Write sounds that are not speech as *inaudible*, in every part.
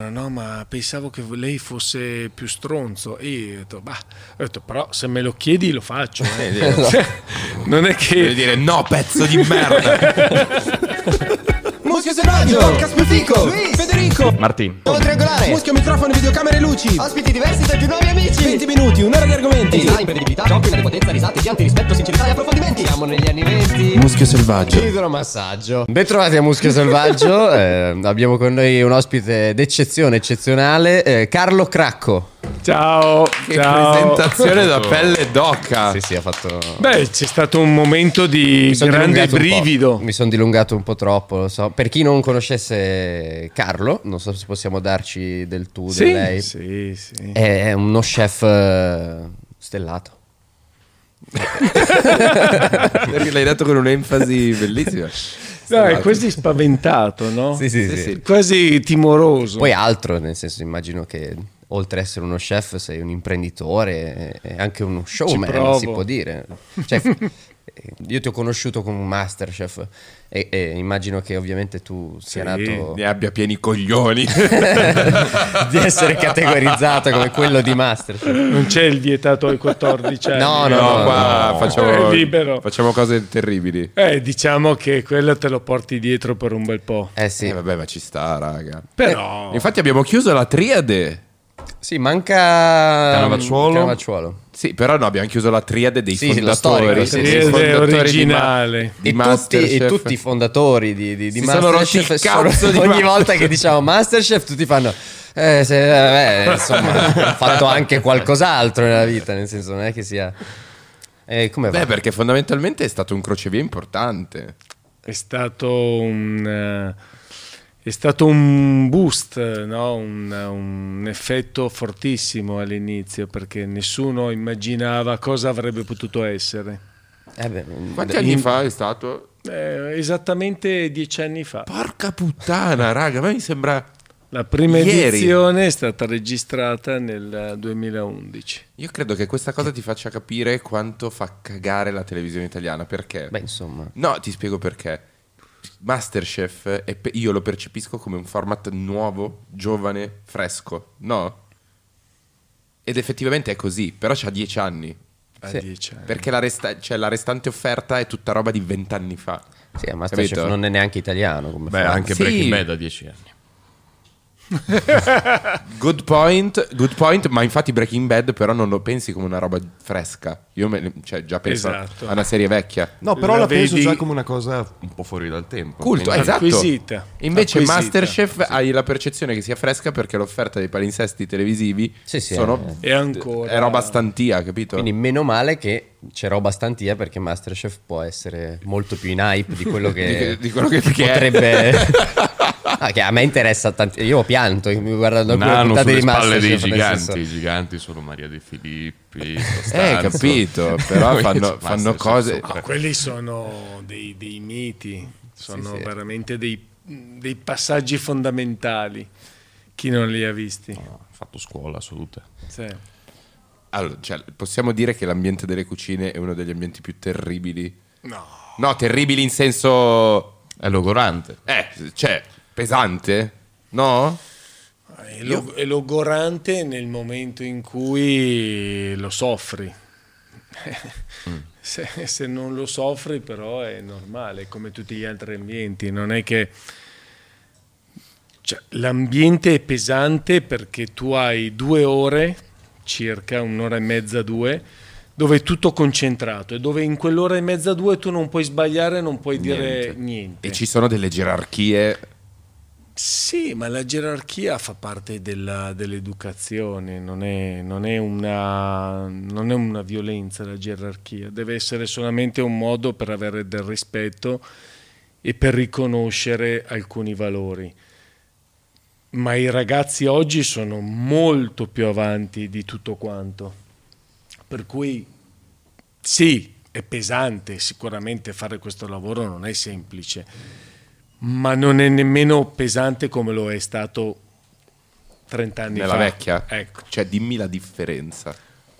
No, no, ma pensavo che lei fosse più stronzo. E io ho detto, bah, ho detto, però se me lo chiedi lo faccio. *laughs* eh. *laughs* non è Devi che... dire no, pezzo di merda. Muschio selvaggio, podcast più fico, Federico, Martin. Mondo triangolare, muschio microfono, videocamere e luci, Ospiti diversi tra più nuovi amici 20 minuti, un'ora di argomenti. Design, prevedibilità, giochi, potenza, risate, pianti, rispetto, sincerità e approfondimenti Siamo negli anni 20 Muschio selvaggio. Idromassaggio Bentrovati a *laughs* Muschio Selvaggio, eh, abbiamo con noi un ospite d'eccezione, eccezionale, eh, Carlo Cracco. Ciao, *laughs* che ciao. presentazione da pelle d'occa. Sì, sì, ha fatto... Beh, c'è stato un momento di Mi son grande dilungato un po'. brivido. Mi sono dilungato un po' troppo, lo so. Per chi non conoscesse Carlo, non so se possiamo darci del tu, del lei. sì, sì. È è uno chef eh, stellato. Perché l'hai detto con un'enfasi bellissima. No, è quasi spaventato, no? Sì, sì. Quasi timoroso. Poi altro, nel senso, immagino che oltre ad essere uno chef sei un imprenditore e anche uno showman, provo. si può dire. *laughs* Cioè, eh, io ti ho conosciuto come un masterchef e, e immagino che ovviamente tu *laughs* sia nato Ne abbia pieni *laughs* coglioni. di essere categorizzato come quello di masterchef. non c'è il vietato ai 14 anni. No, No, no, Eh, qua facciamo, È libero. facciamo cose terribili. Eh, diciamo che quello te lo porti dietro per un bel po'. Eh sì, Eh, vabbè, ma ci sta, raga. Eh, Però... Infatti abbiamo chiuso la triade. sì manca Cannavacciuolo. Cannavacciuolo. Sì, però no, abbiamo chiuso la triade dei Sì, la fondatori. storica, Sì, sì, dei sì. Triade fondatori originale. Di, e, ma- di tutti, e Masterchef. tutti i fondatori di, di, di Si sono rotti il Masterchef cazzo sono- di *laughs* ogni Masterchef. volta che diciamo Masterchef tutti fanno eh, se- eh, beh, insomma ho fatto anche qualcos'altro nella vita nel senso non è che sia eh, come va? Beh, perché fondamentalmente è stato un crocevia importante. È stato un... eh, È stato un boost, no? un, un effetto fortissimo all'inizio perché nessuno immaginava cosa avrebbe potuto essere. Eh, beh, Quanti anni fa è stato? Eh, esattamente dieci anni fa. Porca puttana, raga, ma mi sembra... La prima Ieri. edizione è stata registrata nel 2011. Io credo che questa cosa ti faccia capire quanto fa cagare la televisione italiana, perché... beh, insomma No, ti spiego perché. Masterchef, è pe- io lo percepisco come un format nuovo, giovane, fresco, no? Ed effettivamente è così, però c'ha dieci anni. A Sì. 10 anni. Perché la, resta- cioè, la restante offerta è tutta roba di vent'anni fa. sì, Masterchef Capito? non è neanche italiano come Beh, fa. anche Sì. Breaking Bad a 10 anni. Good point, good point, ma infatti Breaking Bad però non lo pensi come una roba fresca. Io me- cioè, già penso Esatto. a una serie vecchia. No, però La la, penso vedi- già come una cosa un po' fuori dal tempo. Culto, Quindi- esatto. Acquisita. Invece Acquisita. Masterchef hai la percezione che sia fresca perché l'offerta dei palinsesti televisivi Sì, sì, sono... E ancora... È roba stantia, capito? quindi meno male che c'era roba stantia perché Masterchef può essere molto più in hype di *laughs* quello Di che, che- di quello che- che è. potrebbe Ah, che a me interessa tanto io ho pianto guardando alcune Nano puntate sulle di spalle dei Masterchef nel senso- giganti. I giganti sono Maria De Eh, Filippi. Costanzo. *laughs* capito, *laughs* però fanno, Masterchef fanno cose... Ah, sopra. No, quelli sono dei, dei miti, sono Eh, sì. veramente dei, dei passaggi fondamentali. Chi non li ha visti? Cioè, Ho fatto scuola, salute. Sì. Allora, cioè, possiamo dire che l'ambiente delle cucine è uno degli ambienti più terribili. No, No, terribili in senso... È logorante. Eh, cioè, pesante? No? è, lo- è logorante Ah, nel momento in cui lo soffri. Se, se non lo soffri però è normale, come tutti gli altri ambienti, non è che... Cioè, l'ambiente è pesante perché tu hai due ore, circa un'ora e mezza, due, dove è tutto concentrato e dove in quell'ora e mezza, due tu non puoi sbagliare, non puoi dire niente. E ci sono delle gerarchie. Sì, ma la gerarchia fa parte della- dell'educazione, non è, non è una, non è una violenza la gerarchia, deve essere solamente un modo per avere del rispetto e per riconoscere alcuni valori. Ma i ragazzi oggi sono molto più avanti di tutto quanto, per cui sì, è pesante, sicuramente fare questo lavoro non è semplice, ma non è nemmeno pesante come lo è stato 30 anni Nella fa. vecchia? Ecco. Cioè, dimmi la differenza.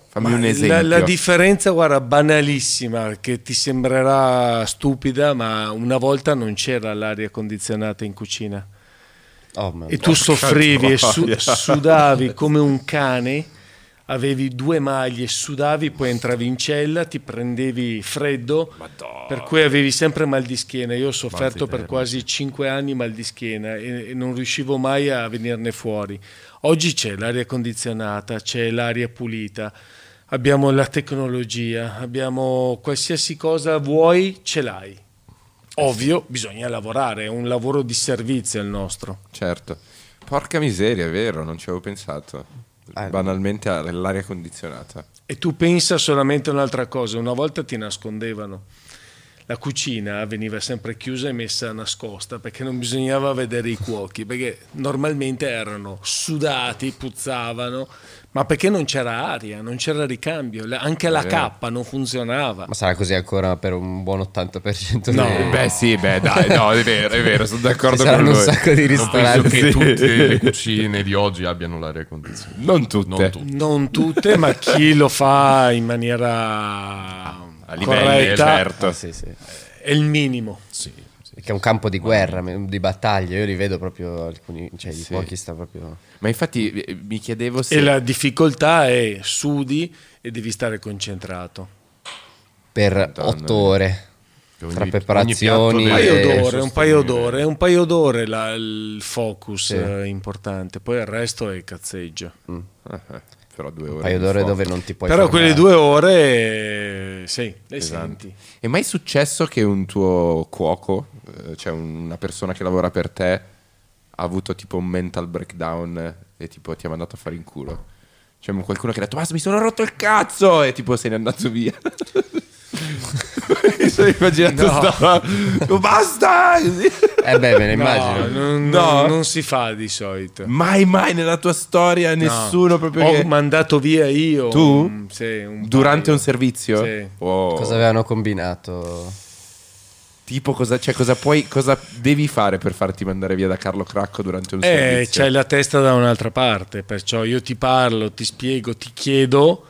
Fammi Ma un la- esempio. La, differenza, guarda, banalissima, che ti sembrerà stupida, ma una volta non c'era l'aria condizionata in cucina. Oh, mamma. e tu soffrivi e su- troia. sudavi come un cane, avevi due maglie, sudavi, poi entravi in cella, ti prendevi freddo, per cui avevi sempre mal di schiena. Io ho sofferto per quasi cinque anni mal di schiena e, e non riuscivo mai a venirne fuori. Oggi c'è l'aria condizionata, c'è l'aria pulita. Abbiamo la tecnologia, abbiamo qualsiasi cosa vuoi, ce l'hai. Ovvio, bisogna lavorare, è un lavoro di servizio il nostro. Certo. Porca miseria, è vero, non ci avevo pensato. Eh. Banalmente all'aria condizionata. E tu pensa solamente a un'altra cosa, una volta ti nascondevano. La cucina veniva sempre chiusa e messa nascosta perché non bisognava vedere i cuochi, perché normalmente erano sudati, puzzavano, ma perché non c'era aria, non c'era ricambio, la- anche la cappa non funzionava. Ma sarà così ancora per un buon 80% No. dei- Beh, sì, beh, dai, no, è vero, è vero, sono Ci d'accordo con saranno un lui. sacco Eh, Non di penso ristoranti. che tutte le cucine di oggi abbiano l'aria condizionata. Non tutte. Non tutte. Non tutte, ma chi lo fa in maniera A livelli, eh, corretta certo. Ah, sì, sì. è il minimo. Sì, sì. Perché è un campo di guerra, di battaglia. Io li vedo proprio alcuni. Cioè, i fuochi sta proprio. Ma infatti eh, mi chiedevo se... E la difficoltà è sudi e devi stare concentrato. Per otto ore. Ogni- tra ogni preparazioni. Eh, piatto Un paio deve- e- d'ore, un paio d'ore, un paio d'ore la- il focus Sì. eh, importante, poi il resto è cazzeggio. Ah, eh, però due ore. Un paio di d'ore fuoco. dove non ti puoi. Però fermare. quelle due ore, eh, sì, le Esatto. senti. È mai successo che un tuo cuoco, eh, cioè un- una persona che lavora per te, ha avuto tipo un mental breakdown e tipo ti ha mandato a fare in culo? Cioè qualcuno che ha detto, ma mi sono rotto il cazzo! E tipo se n'è *laughs* andato via. mi sono immaginato sta- "Oh, Basta! Eh, beh, me ne No, immagino. non, No. non si fa di solito. mai mai nella tua storia nessuno proprio... Ho che- mandato via io. Tu? mm, sì, un Durante paio. un servizio? Sì. Wow. Cosa avevano combinato? Tipo cosa, cioè, cosa puoi, cosa devi fare per farti mandare via da Carlo Cracco durante un Eh, servizio? c'hai la testa da un'altra parte, perciò io ti parlo, ti spiego, ti chiedo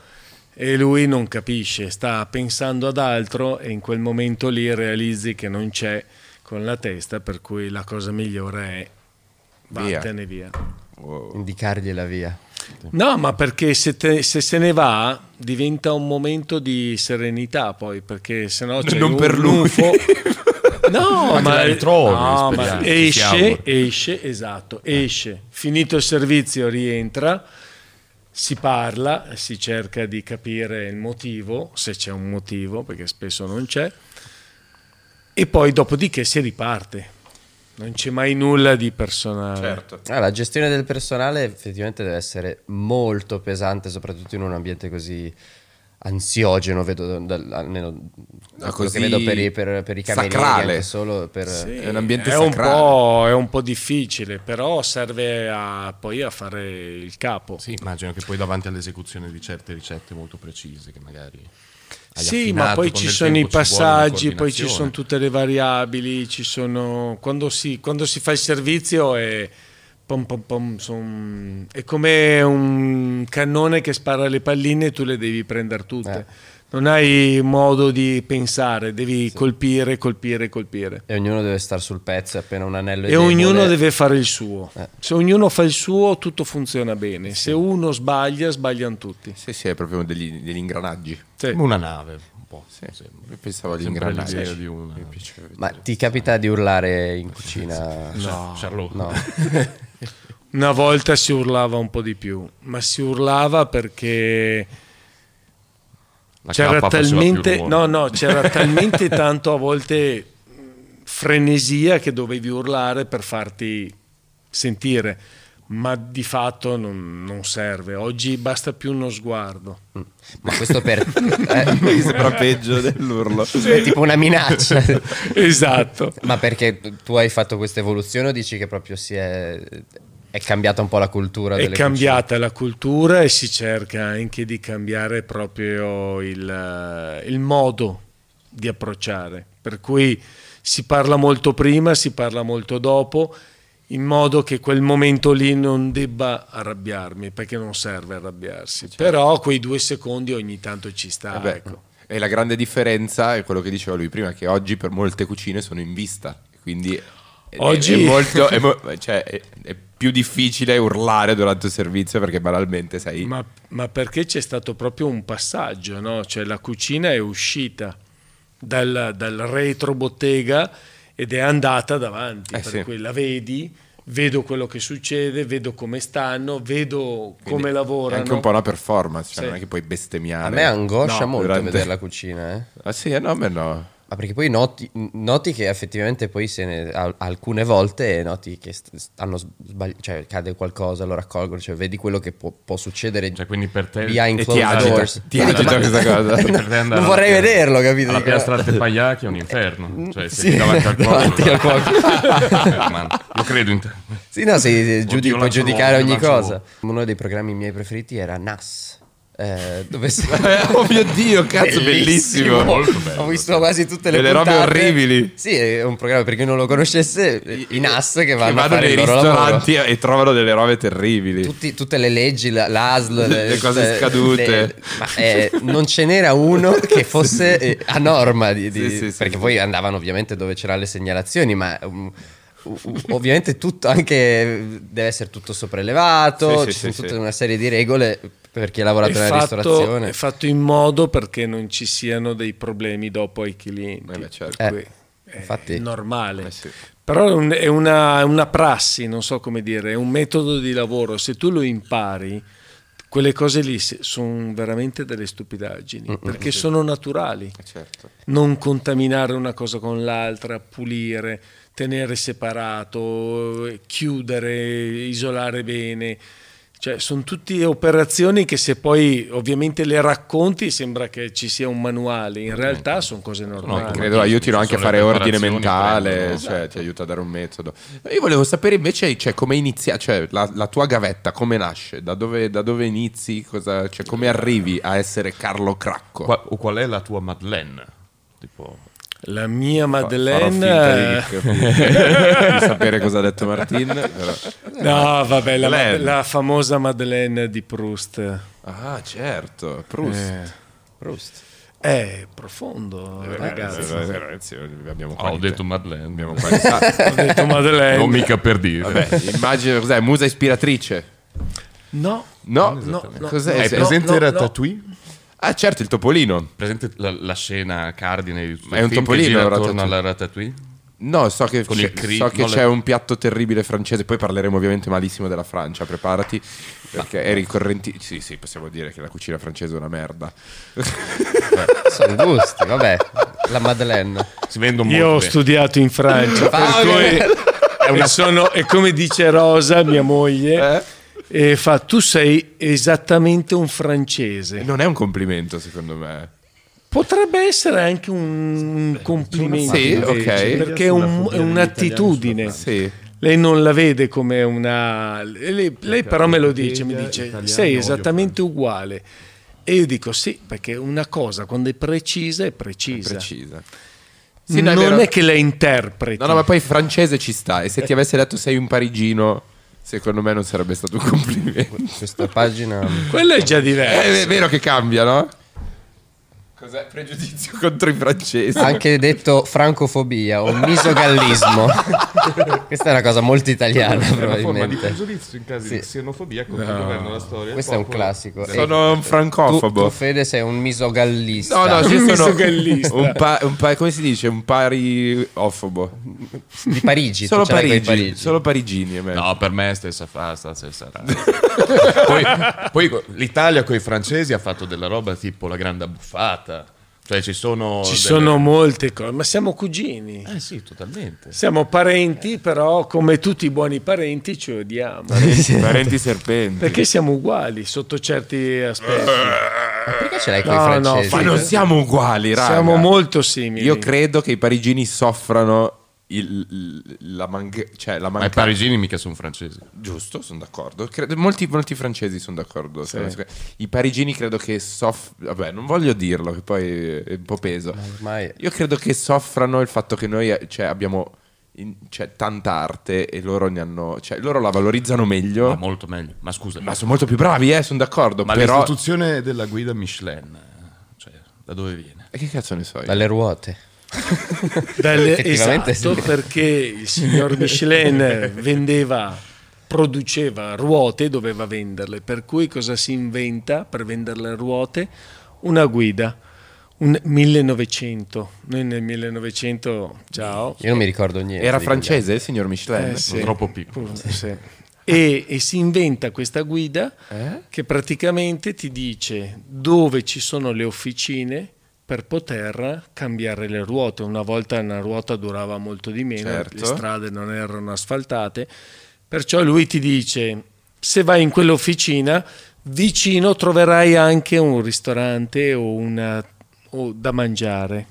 e lui non capisce, sta pensando ad altro e in quel momento lì realizzi che non c'è con la testa, per cui la cosa migliore è Via. vattene via. Indicargliela via. No, ma perché se, te- se se ne va diventa un momento di serenità poi, perché *laughs* sennò c'è Non un per lui. *laughs* *laughs* nufo. No, ma, te la ritrovi, no, ma speriamo, ci siamo. esce, esce, esatto, esce. Finito il servizio rientra, si parla, si cerca di capire il motivo, se c'è un motivo, perché spesso non c'è, e poi dopodiché si riparte. Non c'è mai nulla di personale. Certo. Ah, la gestione del personale effettivamente deve essere molto pesante, soprattutto in un ambiente così ansiogeno, vedo dal- almeno quello così che vedo per i, per, per i camerieri, sacrale. anche solo per... Sì, È un ambiente è un, sacrale. po', è un po' difficile, però serve a- poi a fare il capo. Sì, immagino che poi davanti all'esecuzione di certe ricette molto precise, che magari. hai Sì, affinato ma poi con ci del sono i tempo, ci vuole una passaggi, poi ci coordinazione. sono tutte le variabili, ci sono... quando, si, quando si fa il servizio è, pom pom pom, son- è come un cannone che spara le palline e tu le devi prendere tutte. Eh. Non hai modo di pensare, devi colpire, colpire, colpire. E ognuno deve stare sul pezzo e appena un anello è E ognuno debole- deve fare il suo. Eh. Se ognuno fa il suo, tutto funziona bene. Se uno sbaglia, sbagliano tutti. Sì, sì, è proprio degli, degli ingranaggi. Sì. Come una nave, un po'. Sì, sembra. io pensavo agli Sempre l'idea ingranaggi. di una. Ma ti capita di urlare in cucina? No, Charlotte. No. Una volta si urlava un po' di più, ma si urlava perché La c'era cappa faceva talmente, più no, rumore. no, c'era *laughs* talmente tanto a volte mh, frenesia che dovevi urlare per farti sentire, ma di fatto non, non serve. Oggi basta più uno *laughs* sguardo. Ma questo per... *laughs* *laughs* eh, *laughs* Mi sembra peggio dell'urlo. è tipo una minaccia. Esatto. Ma perché tu hai fatto questa evoluzione o dici che proprio si è... È cambiata un po' la cultura È delle cambiata la cultura e si cerca anche di cambiare proprio il, il modo di approcciare. Per cui si parla molto prima, si parla molto dopo, in modo che quel momento lì non debba arrabbiarmi, perché non serve arrabbiarsi. Eh, certo. Però quei due secondi ogni tanto ci sta. Vabbè, ecco. Eh, E la grande differenza è quello che diceva lui prima, che oggi per molte cucine sono in vista. Quindi È- Oggi- è, molto, è, mo- cioè, è- è più difficile urlare durante il servizio perché banalmente sai. Ma, ma perché c'è stato proprio un passaggio, no? Cioè la cucina è uscita dal, dal retrobottega ed è andata davanti, Eh per sì. cui la vedi, vedo quello che succede, vedo come stanno, vedo quindi come lavorano. È anche un po' una performance, cioè Sì. non è che puoi bestemmiare. A me angoscia No, molto durante- vedere la cucina, eh. Ah sì, eh, no, a me no. Ma perché poi noti, noti che effettivamente poi se ne, al- alcune volte noti che st- hanno sbagliato, cioè cade qualcosa, lo raccolgono, cioè vedi quello che può, può succedere Cioè, quindi per te Cioè, behind e ti closed agita, doors. ti agita questa cosa. *laughs* No, *laughs* Per te andare non alla vorrei pia- vederlo, capito? Alla Dico- piastra del Pagliacchi è un inferno. Cioè, Sì, sei lì davanti al cuoco. *laughs* davanti al cuoco. *laughs* Eh, ma Lo credo in te. Sì, *laughs* no, se giudi- Oddio, puoi lancio giudicare l'uomo, ogni lancio cosa. Uno dei programmi miei preferiti era NAS. eh, dove *laughs* si- oh mio Dio, cazzo, bellissimo. Molto bello. Ho visto quasi tutte le Delle robe puntate. orribili. Sì, è un programma per chi non lo conoscesse, i NAS che vanno, a fare nei il loro lavoro. ristoranti e trovano delle robe terribili. Tutti- tutte le leggi, la- l'ASL, Le cose tutte- scadute. ma eh, non ce n'era uno *laughs* che fosse eh, a norma, di- Sì, di- sì, sì, perché sì. poi andavano ovviamente dove c'erano le segnalazioni, ma um, u- u- ovviamente tutto anche deve essere tutto Sì, sopraelevato, sì, ci sono sì, tutta sì. una serie di regole per chi ha lavorato è nella fatto, ristorazione. è fatto in modo perché non ci siano dei problemi dopo ai clienti. Eh beh, certo. Per cui Eh, è infatti. normale. Eh sì. Però è, un- è una, è una prassi, non so come dire, è un metodo di lavoro. Se tu lo impari, quelle cose lì sono veramente delle stupidaggini, Mm, perché sono naturali. Eh, certo. Non contaminare una cosa con l'altra, pulire, tenere separato, eh, chiudere, isolare bene. Cioè, sono tutte operazioni che se poi ovviamente le racconti sembra che ci sia un manuale, in realtà sono cose normali. Ah, Credo aiutino ci anche a sono le fare ordine preparazioni, mentale, prendono, cioè ti aiuta a dare un metodo. Io volevo sapere invece cioè, come inizia, cioè, la, la tua gavetta come nasce, da dove, da dove inizi, cosa- cioè, come arrivi a essere Carlo Cracco. Qua- o qual è la tua Madeleine? Tipo, La mia Farò finta Madeleine... eh, di, capire- di sapere cosa ha detto Martin. però- No, vabbè, la, Eh, Madeleine. Mad- la famosa Madeleine di Proust. Ah, certo, Proust. È profondo, ragazzi. Eh, Ragazzi, ragazzi, abbiamo ah, ho qualità. detto Madeleine. Abbiamo *laughs* qualità. Ho detto Madeleine. Non mica per dire. Eh, Vabbè, *laughs* immagino cos'è, musa ispiratrice. No, No, no, no. cos'è? no, Hai Sì. presente no, no. Ratatouille? Ah, certo, il topolino. Presente la, la scena cardine di tutto Ma è il un film che topolino, gira Ratatouille. attorno alla Ratatouille? No, so che, Con c'è, il cri- so che no, le- c'è un piatto terribile francese, poi parleremo ovviamente malissimo della Francia, preparati, perché eri correnti... Sì, sì, possiamo dire che la cucina francese è una merda. *laughs* Sono gusti, vabbè, la Madeleine. Si vendono Io ho molto bene. studiato in Francia, per Paolo! cui e sono- e come dice Rosa, mia moglie, Eh? e fa tu sei esattamente un E francese. non è un complimento, secondo me. Potrebbe essere anche un complimento, Sì, invece, ok. perché è, un- è un'attitudine. Sì. Lei non la vede come una... Lei, lei però me lo dice, mi dice, sei esattamente uguale. E io dico sì, perché una cosa quando è precisa è precisa. Precisa. Sì, no, è non vero. è che la interpreti. No, no, ma poi francese ci sta, e se ti avesse detto sei un parigino, secondo me non sarebbe stato un complimento. Questa pagina... Quello è già diverso. Eh, è vero che cambia, no? Cos'è pregiudizio *laughs* contro i francesi? Anche detto francofobia o misogallismo. Questa è una cosa molto italiana, probabilmente. pregiudizio in caso di Sì. xenofobia contro il governo la storia. Questo è un classico. E Sono un tu, francofobo. tu, Fede, sei un misogallista. No, no, Un ci sono misogallista. un, pa- un pa- come si dice? Un pariofobo. Di Parigi. tu Solo ce l'hai coi Parigi, Parigi. solo parigini a me. No, per me è stessa fasta, stessa *laughs* razza. poi, poi co- l'Italia con i francesi ha fatto della roba tipo la grande abbuffata. Cioè ci sono... Ci delle- sono molte cose, ma siamo cugini. Eh sì, totalmente. Siamo parenti, però come tutti i buoni parenti ci odiamo. Eh. Parenti serpenti. Perché siamo uguali sotto certi aspetti. Perché ce l'hai con No, i no, francesi? Eh, Ma non siamo uguali, raga. Siamo molto simili. Io credo che i parigini soffrano il- il- la, manca- cioè, la Ma i mancanza. parigini mica sono francesi. Giusto, sono d'accordo. Credo- molti, molti francesi sono d'accordo. I parigini credo che soffrano. Vabbè, non voglio dirlo, che poi è un po' peso. ormai- Io credo che soffrano il fatto che noi eh, cioè, abbiamo in- cioè, tanta arte e loro ne hanno. Cioè, loro la valorizzano meglio. Ma Ma, molto meglio. Ma scusa. sono molto più bravi, eh, sono d'accordo. Ma però. l'istituzione della guida Michelin, eh, cioè, da dove viene? Eh, Che cazzo ne so io? Dalle ruote. Dalle- Effettivamente esatto, sì. perché il signor *laughs* Michelin vendeva, produceva ruote e doveva venderle. Per cui cosa si inventa per vendere le ruote? Una guida, un 1900. Noi nel 1900, ciao. Io non mi ricordo niente. Era di quegli francese il signor Michelin? Eh, sì. Troppo piccolo. Sì. E, e si inventa questa guida che praticamente ti dice dove ci sono le officine per poter cambiare le ruote. Una volta una ruota durava molto di meno, le Certo. strade non erano asfaltate, perciò lui ti dice se vai in quell'officina vicino troverai anche un ristorante o, una, o da mangiare, un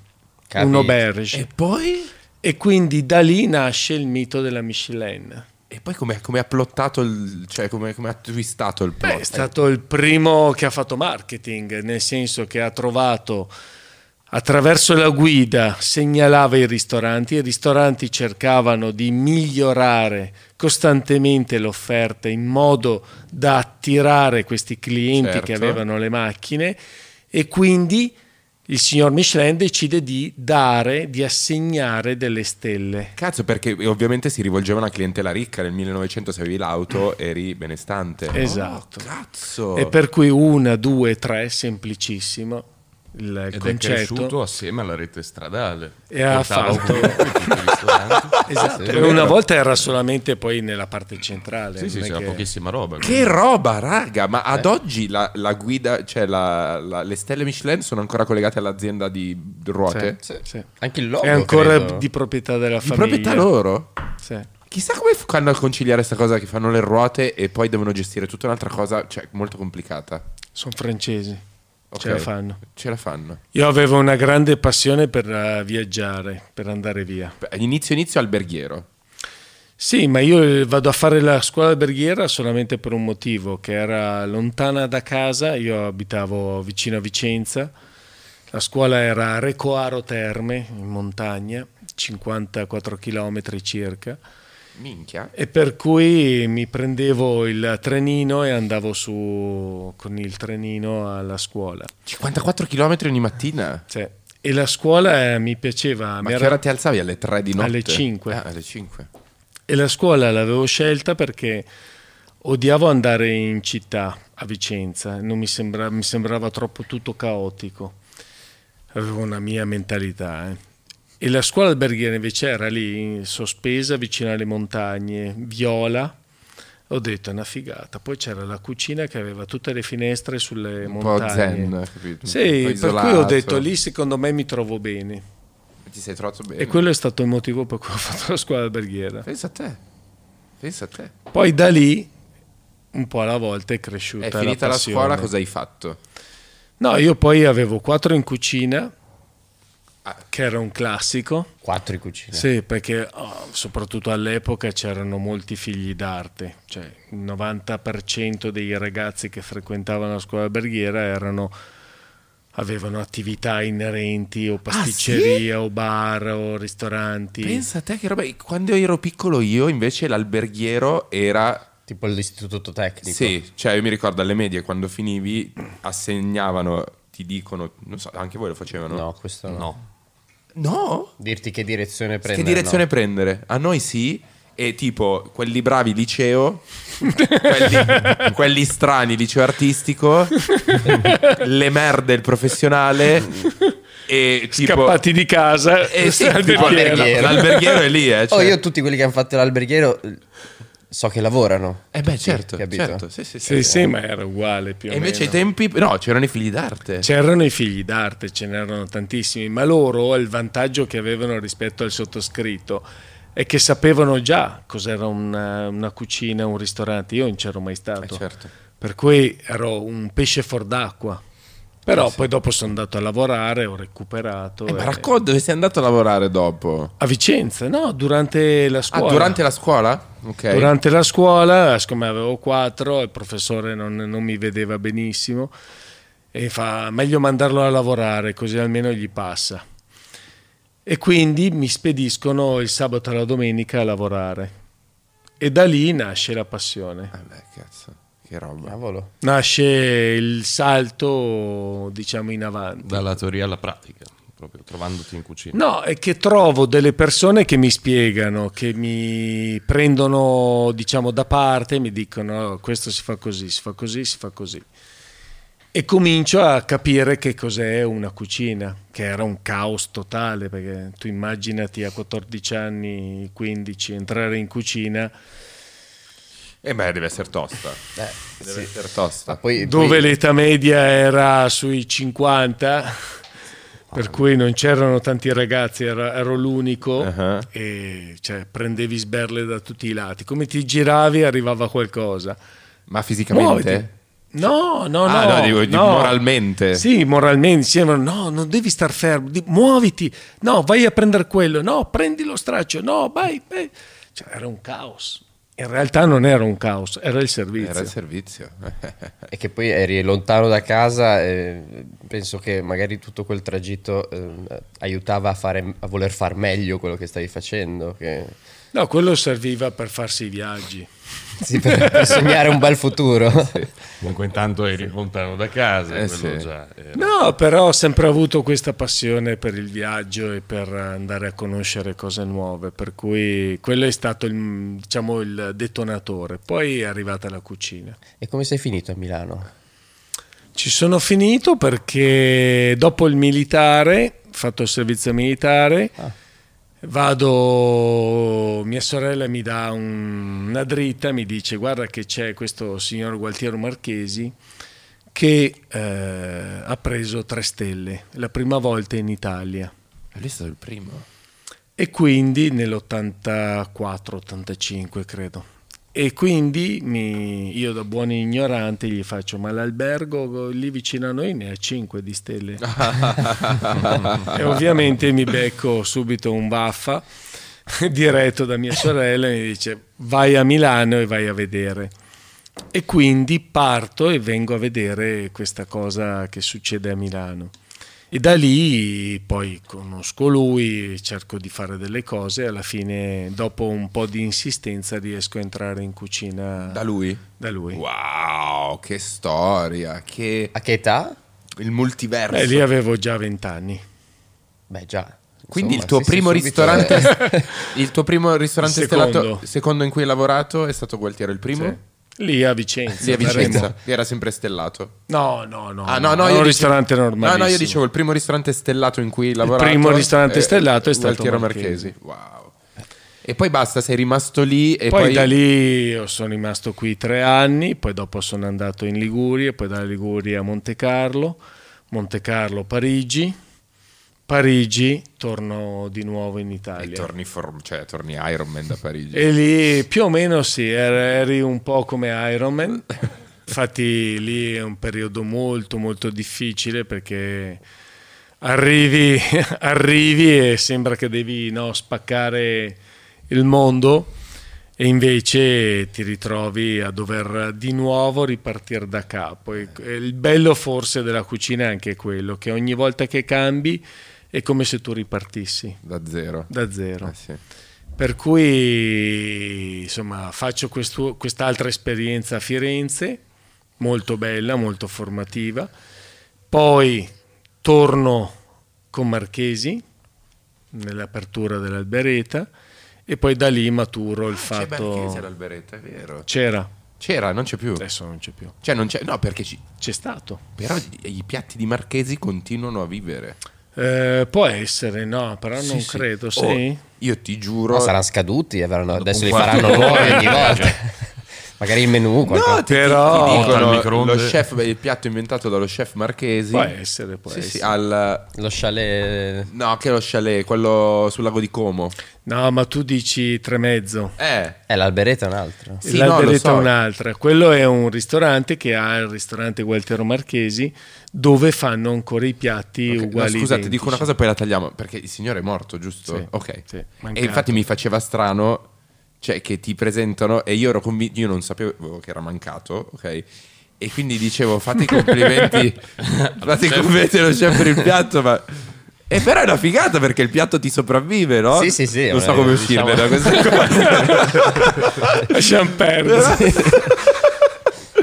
Capito. auberge. E, poi? quindi da lì nasce il mito della Michelin. E poi come, come ha plottato, il, cioè come, come ha twistato il plot? Beh, è stato il primo che ha fatto marketing, nel senso che ha trovato attraverso la guida, segnalava i ristoranti, i ristoranti cercavano di migliorare costantemente l'offerta in modo da attirare questi clienti che Certo. avevano le macchine e quindi il signor Michelin decide di dare, di assegnare delle stelle. Cazzo, perché ovviamente si rivolgeva a una clientela ricca. Nel 1900 se avevi l'auto eri benestante. *clears throat* Esatto. Oh, cazzo. E per cui una, due, tre, semplicissimo il Ed è concetto. cresciuto assieme alla rete stradale. E ha Portava fatto- *laughs* ovunque, Ah, in tutti i *laughs* ristoranti. Esatto, e una volta era solamente poi nella parte centrale. Sì, sì, non è c'era che- pochissima roba. Che roba, raga! Ma ad Eh. oggi la, la guida, cioè la- la- le stelle Michelin sono ancora collegate all'azienda di ruote? anni. Sì. Sì. Anche il logo. è ancora credo. di proprietà della Di famiglia. proprietà loro? Sì. Chissà come fanno a conciliare questa cosa che fanno le ruote e poi devono gestire tutta un'altra cosa, cioè molto complicata. Sono francesi, Ok. ce la fanno. Ce la fanno. Io avevo una grande passione per eh, viaggiare, per andare via. Beh, Inizio inizio alberghiero. Sì, ma io eh, vado a fare la scuola alberghiera solamente per un motivo, che era lontana da casa, io abitavo vicino a Vicenza, la scuola era a Recoaro Terme, in montagna, 54 km circa, Minchia. e per cui mi prendevo il trenino e andavo su con il trenino alla scuola. 54 km ogni mattina. Cioè, e la scuola eh, mi piaceva, Ma mi che ora ti alzavi alle 3 di notte? Alle 5. Ah, alle 5. E la scuola l'avevo scelta perché odiavo andare in città a Vicenza, non mi, sembra- mi sembrava troppo tutto caotico. Avevo una mia mentalità. eh. E la scuola alberghiera invece era lì, sospesa vicino alle montagne, viola. Ho detto, è una figata. Poi c'era la cucina che aveva tutte le finestre sulle Un po' montagne. zen, capito? Sì, Un po' per cui ho isolato. detto, lì secondo me mi trovo bene. Ti sei trovato bene. E quello è stato il motivo per cui ho fatto la scuola alberghiera. Pensa a te. Pensa a te. Poi da lì, un po' alla volta, è cresciuta È finita la, la passione. scuola, cosa hai fatto? No, io poi avevo quattro in cucina, ah, che era un classico. Quattro in cucina. Sì, perché oh, soprattutto all'epoca c'erano molti figli d'arte, cioè il 90% dei ragazzi che frequentavano la scuola alberghiera erano, avevano attività inerenti Ah, o pasticceria o bar o ristoranti. *laughs* Pensa a te che roba. Quando ero piccolo io, invece, l'alberghiero era Tipo l'istituto tecnico. Sì, cioè io mi ricordo alle medie quando finivi assegnavano, ti dicono, non so, anche voi lo facevano. No, questo no. No? Dirti che direzione prendere. che direzione no. prendere? A noi sì, e tipo quelli bravi liceo, *laughs* quelli, quelli strani liceo artistico, le merde il professionale e tipo... Scappati di casa, Eh sì, tipo alberghiera. l'alberghiero. l'alberghiero è lì, eh. Oh, cioè. io tutti quelli che hanno fatto l'alberghiero eh, so che lavorano. Eh beh, certo, capito. certo. Sì, sì, sì. Sì, sì, ma era uguale più o E invece ai meno. Certo. tempi... No, c'erano i figli d'arte. C'erano i figli d'arte, ce n'erano tantissimi, ma loro il vantaggio che avevano rispetto al sottoscritto è che sapevano già cos'era una, una cucina, un ristorante. Io non c'ero mai stato, Eh, certo. per cui ero un pesce fuor d'acqua. Però poi dopo sono andato a lavorare, ho recuperato. Eh, ma e- racconta dove sei andato a lavorare dopo. A Vicenza, no, durante la Ah, scuola. durante la scuola? Ok. Durante la scuola, siccome avevo quattro, il professore non, non mi vedeva benissimo e fa meglio mandarlo a lavorare così almeno gli passa. E quindi mi spediscono il sabato e la domenica a lavorare. E da lì nasce la passione, Eh beh, cazzo, che roba. Cavolo. nasce il salto diciamo in avanti. Dalla teoria alla pratica. proprio trovandoti in cucina? No, è che trovo delle persone che mi spiegano, che mi prendono, diciamo, da parte e mi dicono "Oh, questo si fa così, si fa così, si fa così. E comincio a capire che cos'è una cucina, che era un caos totale, perché tu immaginati a 14 anni, 15, entrare in cucina E beh, Eh, deve essere tosta. Eh, Deve sì. essere tosta. Ma poi, dove poi- l'età media era sui 50, per cui non c'erano tanti ragazzi, era- ero l'unico Ah. e cioè, prendevi sberle da tutti i lati. Come ti giravi arrivava qualcosa. Ma fisicamente? Muoviti. No, no, no. Ah, no, dico, di- no. moralmente. Sì, moralmente. dicevano, no, non devi star fermo, di- muoviti. No, vai a prendere quello. No, prendi lo straccio. No, vai. vai. Cioè, era un caos. In realtà non era un caos, era il servizio. Era il servizio. E che poi eri lontano da casa, eh, penso che magari tutto quel tragitto eh, aiutava a, fare, a voler far meglio quello che stavi facendo. Che... No, quello serviva per farsi i viaggi. Sì, per, *laughs* per sognare un bel futuro. Comunque intanto eri lontano da casa, Eh, quello sì. già era- No, però ho sempre avuto questa passione per il viaggio e per andare a conoscere cose nuove, per cui quello è stato il, diciamo, il detonatore. Poi è arrivata la cucina. e come sei finito a Milano? Ci sono finito perché dopo il militare, ho fatto il servizio militare, Ah. vado, mia sorella mi dà un- una dritta, mi dice guarda che c'è questo signor Gualtiero Marchesi che eh, ha preso tre stelle, la prima volta in Italia. Lui è stato il primo. E quindi nell'84-85 credo. E quindi mi- io da buon ignorante gli faccio, ma l'albergo lì vicino a noi ne ha 5 di stelle. e ovviamente mi becco subito un vaffa *laughs* diretto da mia sorella e mi dice vai a Milano e vai a vedere. E quindi parto e vengo a vedere questa cosa che succede a Milano. E da lì poi conosco lui, cerco di fare delle cose e alla fine, dopo un po' di insistenza, riesco a entrare in cucina *laughs* Da lui? da lui. Wow, che storia. Che... A che età? Il multiverso. Beh, Eh, lì avevo già vent'anni. Beh, già. Quindi Insomma, il, tuo sì, sì, primo subito, *laughs* *laughs* ristorante, il tuo primo ristorante Secondo. stellato, secondo in cui hai lavorato è stato Gualtiero il primo? Lì a Vicenza. Sì, a Vicenza. Bergamo. Era sempre stellato. No, no, no. Ah, era no, no, io un dicevo- ristorante normale. No, no, io dicevo il primo ristorante stellato in cui hai lavorato. primo ristorante stellato è stato Gualtiero Marchesi. Marchesi. Wow. E poi basta, sei rimasto lì e poi, poi, da lì io sono rimasto qui tre anni, poi dopo sono andato in Liguria, poi da Liguria a Monte Carlo, Monte Carlo Parigi, Parigi torno di nuovo in e Italia. torni, form- cioè, torni Iron Man da Parigi. E lì più o meno sì, er- eri un po' come Iron *laughs* Man. Infatti lì è un periodo molto molto difficile perché arrivi, *laughs* arrivi e sembra che devi no, spaccare il mondo e invece ti ritrovi a dover di nuovo ripartire da capo. E- Eh. e il bello forse della cucina è anche quello, che ogni volta che cambi è come se tu ripartissi Da zero. da zero. Eh, sì. Per cui insomma, faccio questu- quest'altra esperienza a Firenze, molto bella, molto formativa. Poi torno con Marchesi nell'apertura dell'Albereta e poi da lì maturo il Ah, C'è Marchesi fatto... all'Alberetta, è vero. C'era, C'era, non c'è più. adesso non c'è più. Cioè, non c'è... No, perché ci... C'è stato. Però i piatti di Marchesi continuano a vivere. Eh, può essere, no, però non credo, sì. Oh, io ti giuro. Ma saranno scaduti, avranno- adesso li un quarto faranno *laughs* nuovi ogni volta. Magari il menù, qualcosa. ti- ti- però- ti dicono Al microonde. lo chef, il piatto inventato dallo chef Marchesi. Può essere, può Sì, sì, essere. al Lo chalet... eh, no, che è lo chalet, quello sul lago di Como. No, ma tu dici tremezzo. Eh, Eh, l'alberetta è un altro. Sì, no, lo L'alberetta so. è un'altra. Quello è un ristorante che ha il ristorante Gualtiero Marchesi dove fanno ancora i piatti ok, no, uguali. scusate, identici. dico una cosa poi la tagliamo, perché il signore è morto, giusto? Sì, ok. sì, e mancato. infatti mi faceva strano cioè che ti presentano e io ero convinto, io non sapevo che era mancato, ok? E quindi dicevo "Fate i *laughs* complimenti, fate i complimenti allo chef per il piatto", ma e però è una figata perché il piatto ti sopravvive, no? Sì, sì, sì, Non so vabbè, come diciamo- uscirne da *laughs* questa cosa. *laughs* *laughs* Lasciamo perdere.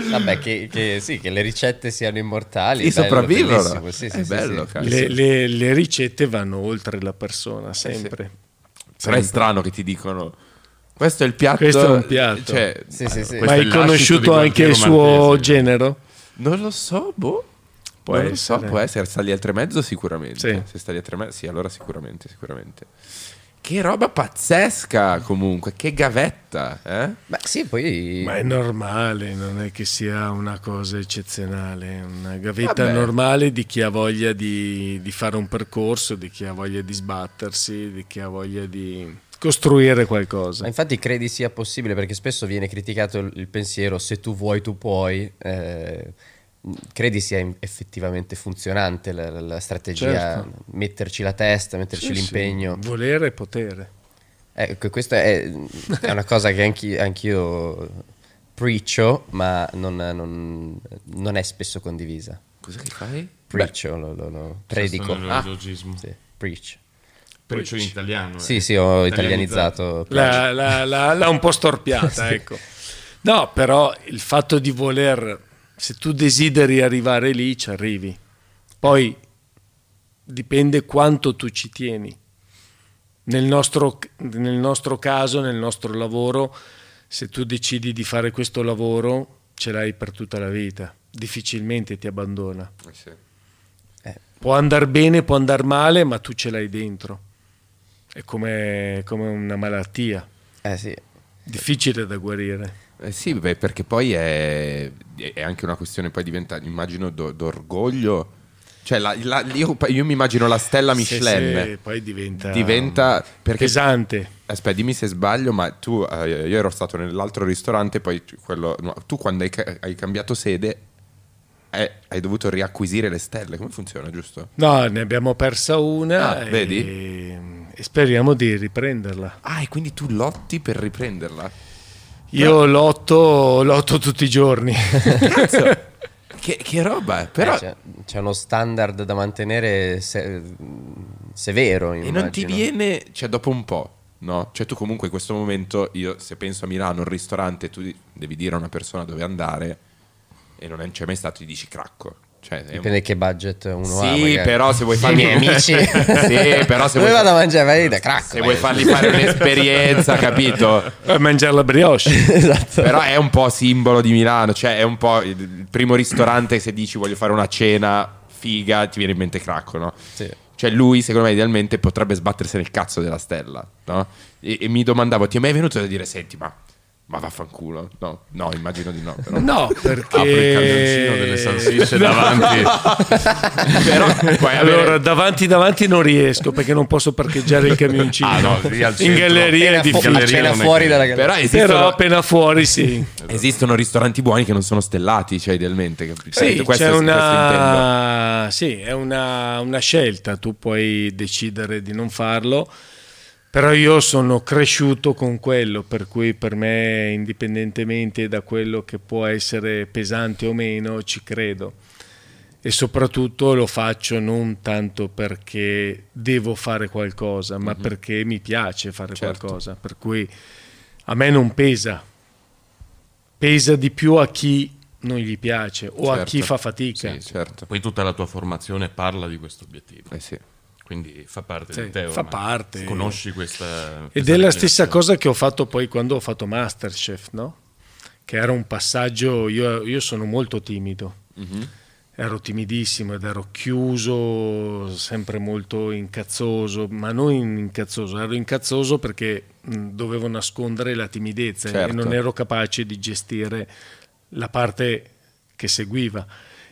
Vabbè, che, che sì, che le ricette siano immortali. Sì, bello, sopravvivono. bellissimo, Sì, sì, È sì, bello, sì. cazzo. Le, Eh le- le ricette vanno oltre la persona, sempre. Però è strano che ti dicono questo è il piatto. Questo è un piatto. Cioè, Sì, sì, sì. Ma Questo hai è l'ascito di conosciuto qualche anche il suo romanese. genero? non lo so, boh. Può non lo so, essere. può essere. Sta lì al tre e mezzo sicuramente. Sì. Se sta lì al tre e mezzo, sì, allora sicuramente, sicuramente. Che roba pazzesca comunque, che gavetta, eh? Ma sì, poi... Ma è normale, non è che sia una cosa eccezionale, è una gavetta Vabbè. normale di chi ha voglia di, di fare un percorso, di chi ha voglia di sbattersi, di chi ha voglia di costruire Ma qualcosa. infatti credi sia possibile perché spesso viene criticato il il pensiero se tu vuoi tu puoi. eh, credi sia in- effettivamente funzionante la, la- la strategia, Certo. metterci la testa, metterci Sì, l'impegno. sì, Volere e potere. Ecco, questa è, è una cosa che anch'i- anch'io, preacho, ma non, non- non è spesso condivisa. Cosa che fai? Preacho, lo, lo- cioè, lo predico. Ah. Questo è un Ah. neologismo. Sì, preach. Preccio in italiano. eh. Sì, sì, ho Italianizzato. La- italianizzato. la- la- l'ha un po' storpiata, ecco. No, però il fatto di voler, se tu desideri arrivare lì, ci arrivi. Poi dipende quanto tu ci tieni. Nel nostro, nel nostro caso, nel nostro lavoro, se tu decidi di fare questo lavoro, ce l'hai per tutta la vita. Difficilmente ti abbandona. Può andare bene, può andare male, ma tu ce l'hai dentro. È come- come una malattia. Eh sì. Difficile da guarire. Eh sì, beh, perché poi è, è anche una questione, poi diventa, immagino, d'o- d'orgoglio. Cioè, la- la- io, io mi immagino la stella Michelin. Sì, sì, poi diventa, Diventa- perché- pesante. Aspetta, dimmi se sbaglio, ma tu, eh, io ero stato nell'altro ristorante, poi quello, no, tu quando hai, ca- hai cambiato sede eh, hai dovuto riacquisire le stelle, come funziona, giusto? No, ne abbiamo persa una Ah, e, vedi? e speriamo di riprenderla. Ah, e quindi tu lotti per riprenderla? Io lotto, lotto tutti i giorni. Cazzo, *laughs* che, che roba, però... Eh, c'è, c'è uno standard da mantenere se- severo. e non ti viene, cioè dopo un po', no? Cioè tu comunque in questo momento, io se penso a Milano, un ristorante, tu di- devi dire a una persona dove andare e non è- c'è mai stato, ti dici cracco. Cioè, è un- Dipende che budget uno ha. Sì, magari. però se vuoi I farmi- miei amici. *laughs* Sì, però se Dove vuoi- vado a mangiare? Vai da crack. se vuoi fargli *laughs* fare un'esperienza, capito? Per mangiare la brioche. esatto. Però è un po' simbolo di Milano, cioè è un po' il- il primo ristorante se dici voglio fare una cena figa, ti viene in mente Cracco, no? Sì. Cioè lui, secondo me, idealmente potrebbe sbattersi nel cazzo della stella, no? E, e mi domandavo, ti è mai venuto da dire, senti, ma, ma vaffanculo? No, no, immagino di no, però... No, perché... Apri il camioncino *laughs* delle salsicce davanti. *laughs* però puoi avere- Allora, davanti davanti non riesco perché non posso parcheggiare il camioncino. Ah, no, lì al In centro. galleria è appena, fu- difficile. Galleria appena non è fuori che- dalla galleria. Però esistono... Però appena fuori sì. Esistono ristoranti buoni che non sono stellati, cioè idealmente. cap- Sì, cioè, questo- c'è questo intendo. una, sì, è una, una scelta, tu puoi decidere di non farlo, però io sono cresciuto con quello, per cui per me, indipendentemente da quello che può essere pesante o meno, ci credo. E soprattutto lo faccio non tanto perché devo fare qualcosa, ma perché mi piace fare Mhm. Certo. qualcosa. Per cui a me non pesa, pesa di più a chi non gli piace o a Certo. chi fa fatica. Sì, certo. Poi tutta la tua formazione parla di questo obiettivo. Eh sì. Quindi fa parte Sì, di te. fa ormai. parte. Conosci questa. Ed questa è la declinazione. stessa cosa che ho fatto poi quando ho fatto Masterchef, no? Che era un passaggio, io, io sono molto timido, ero timidissimo ed ero chiuso, sempre molto incazzoso, ma non incazzoso, ero incazzoso perché mh, dovevo nascondere la timidezza Certo. e non ero capace di gestire la parte che seguiva.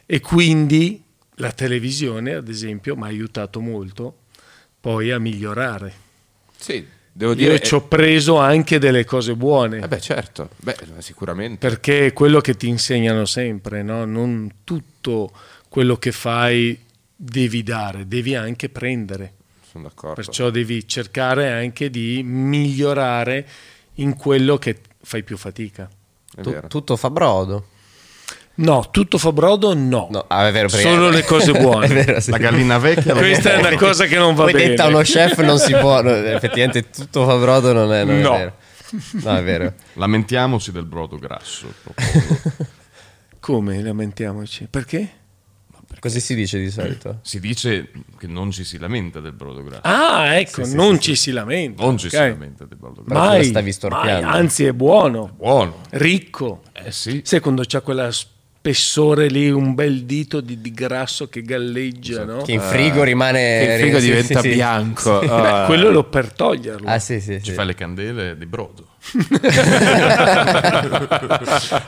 E quindi la televisione, ad esempio, mi ha aiutato molto poi a migliorare. Sì, devo dire... Io eh, ci ho preso anche delle cose buone, Eh beh, certo, beh, sicuramente. perché è quello che ti insegnano sempre, no? non tutto quello che fai devi dare, devi anche prendere, Sono d'accordo. perciò devi cercare anche di migliorare in quello che fai più fatica. è Tu- vero. tutto fa brodo. No, tutto fa brodo? No, No, ah, è vero, perché- solo le cose buone. *laughs* È vero, sì. La *laughs* gallina vecchia. la Questa è una cosa che non va Poi bene. detta uno chef non si può. *laughs* no, effettivamente tutto fa brodo non è, non è No. vero. No, è vero. Lamentiamoci del brodo grasso. propongo. Come lamentiamoci? Perché? Così si dice di solito. Si dice che non ci si lamenta del brodografico. Ah, ecco, non ci si lamenta. Non ci si ok? lamenta del brodografico. Però tu la Mai, stavi mai, storpiando. anzi è buono, Buono. ricco. Eh sì. Sai quando c'ha quella spessore lì, un bel dito di, di grasso che galleggia, no? Eh, Che in frigo rimane. Che il Eh, frigo sì, diventa sì, sì. bianco. *laughs* Eh. Beh, quello lo per toglierlo. Ah, sì, sì. Ci sì. fai le candele di brodo.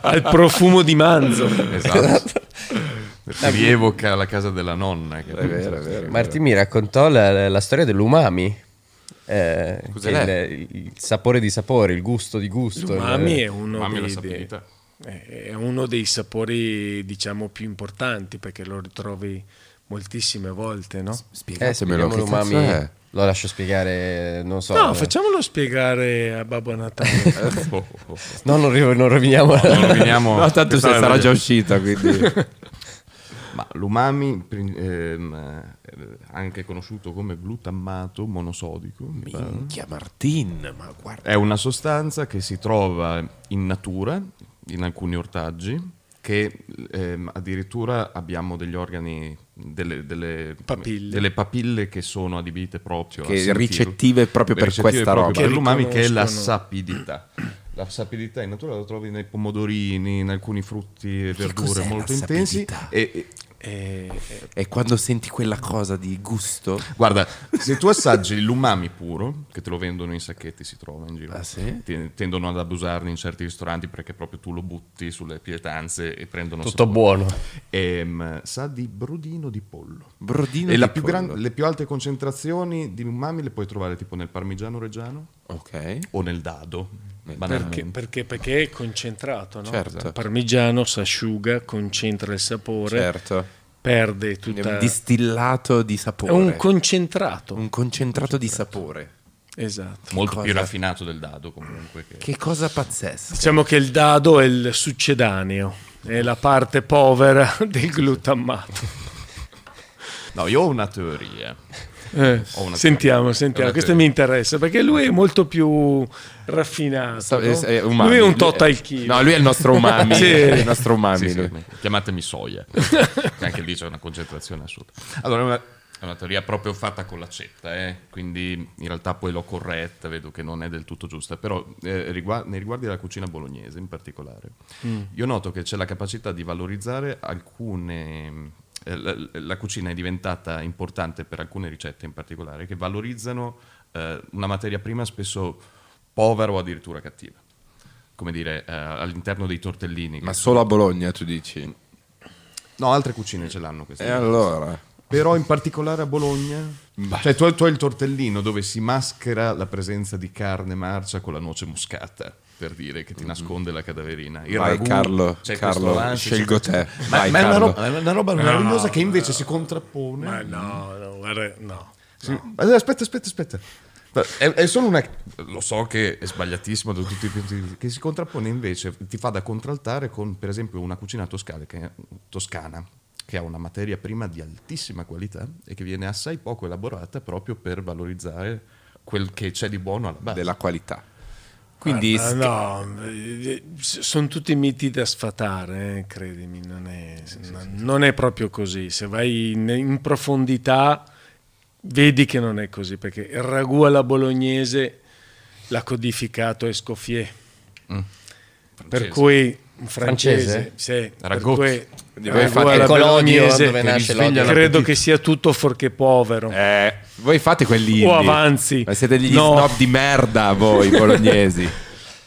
al profumo di *laughs* manzo. Esatto. Ti rievoca la casa della nonna. Che esatto. È vero, è vero. Marti mi raccontò la, la storia dell'umami. Eh, che Cos'è? il, il sapore di sapore, il gusto di gusto. L'umami il- Eh, è uno, Mamma la dei, sapidità. dei- è uno dei sapori, diciamo, più importanti perché lo ritrovi moltissime volte, no? Eh, *laughs* Spiegatemelo, spieghiamo che cazzo l'umami. è? Lo lascio spiegare, non so. No, facciamolo spiegare a Babbo Natale. *laughs* Oh, oh, oh. No, non, ri- non roviniamo. Non roviniamo- No, tanto se questa è la sarà meglio. già uscita, quindi... *laughs* Ma l'umami, prin- ehm, eh, anche conosciuto come glutammato monosodico, mi pare. Minchia Martin, ma guarda... è una sostanza che si trova in natura, in alcuni ortaggi, che ehm, addirittura abbiamo degli organi, delle, delle- Papille. delle papille che sono adibite proprio a Che sentirlo. ricettive proprio per Ricettive questa proprio roba. per l'umami, che è la riconoscono. sapidità. La sapidità in natura la trovi nei pomodorini, in alcuni frutti e verdure cos'è la molto intensi. sapidità? E, e- Eh, E quando senti quella cosa di gusto... Guarda, se tu assaggi l'umami puro, che te lo vendono in sacchetti, si trova in giro, Ah, sì? ti- tendono ad abusarne in certi ristoranti perché proprio tu lo butti sulle pietanze e prendono Tutto sapore. buono. Ehm, sa di brodino di pollo. Brodino e di la più pollo. gran- le più alte concentrazioni di umami le puoi trovare tipo nel parmigiano reggiano Ok. o nel dado. banalmente. perché, perché, perché è concentrato, no? Certo. Il parmigiano si asciuga, concentra il sapore, Certo. perde È un tutta... distillato di È sapore. un concentrato. Un concentrato di sapore. Esatto. Molto più cosa? raffinato del dado comunque. Che... Che cosa pazzesca. Diciamo che il dado è il succedaneo, è la parte povera *laughs* del glutammato. No, io ho una teoria. Eh, Ho una sentiamo, teoria. sentiamo, Ho una questo mi teoria. interessa perché lui è molto più raffinato. Sa- no? eh, eh, umami. Lui è un tot al chilo. No, lui è il nostro umami. *laughs* Sì. È il nostro umami. Sì, sì, lui. chiamatemi soia, che anche lì c'è una concentrazione assurda. Allora, è una, è una teoria proprio fatta con l'accetta, eh, quindi in realtà poi l'ho corretta, vedo che non è del tutto giusta, però eh, rigua- nei riguardi della cucina bolognese in particolare, io noto che c'è la capacità di valorizzare alcune... eh, La, la cucina è diventata importante per alcune ricette in particolare che valorizzano eh, una materia prima spesso povera o addirittura cattiva. Come dire, eh, all'interno dei tortellini. che Ma solo a Bologna, tu dici. No, altre cucine ce l'hanno queste. E allora? Eh, Però in particolare a Bologna. Cioè, tu hai, tu hai il tortellino dove si maschera la presenza di carne marcia con la noce moscata. Per dire che ti nasconde la cadaverina. Il Vai, ragù, Carlo, c'è Carlo, questo lancio, scelgo c'è questo- te. Ma, Vai, ma è una Carlo. roba, è una roba meravigliosa che invece si contrappone. Ma no, no, guarda, no. Eh, Sì. Ma Aspetta, aspetta, aspetta. È, è solo una. Lo so che è sbagliatissimo da tutti i punti di vista. Che si contrappone invece, ti fa da contraltare con, per esempio, una cucina toscana che, toscana, che ha una materia prima di altissima qualità e che viene assai poco elaborata proprio per valorizzare quel che c'è di buono alla base. Della qualità. Quindi... Ah, sca- no, eh, sono tutti miti da sfatare, eh, credimi, non è, non- non è proprio così. Se vai in, in profondità vedi che non è così, perché il ragù alla bolognese l'ha codificato Escoffier, per Francese. cui un francese, Francese? sì, per Ragù. cui Quindi voi ragù fate- alla È colodio bolognese, dove nasce sveglia l'odio. la- credo che sia tutto forché povero. Eh, voi fate quelli... Oh, O avanzi. Ma siete degli No. snob di merda *laughs* voi bolognesi.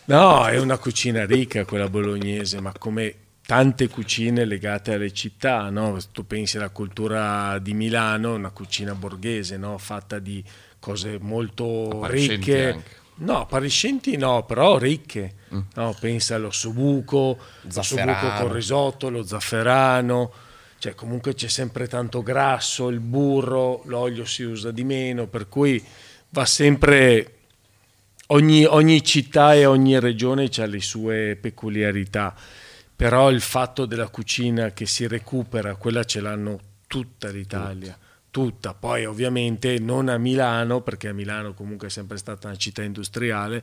No, è una cucina ricca quella bolognese, ma come tante cucine legate alle città, no? tu pensi alla cultura di Milano, una cucina borghese, no? fatta di cose molto Appariscenti ricche. anche. Mm. No, appariscenti no, però ricche. No, pensa allo sobuco, lo sobuco Zafferano. con risotto, lo zafferano. Cioè, comunque c'è sempre tanto grasso, il burro, l'olio si usa di meno, per cui va sempre ogni, ogni città e ogni regione ha le sue peculiarità, però il fatto della cucina che si recupera, quella ce l'hanno tutta l'Italia. Tutta, poi ovviamente non a Milano, perché a Milano comunque è sempre stata una città industriale,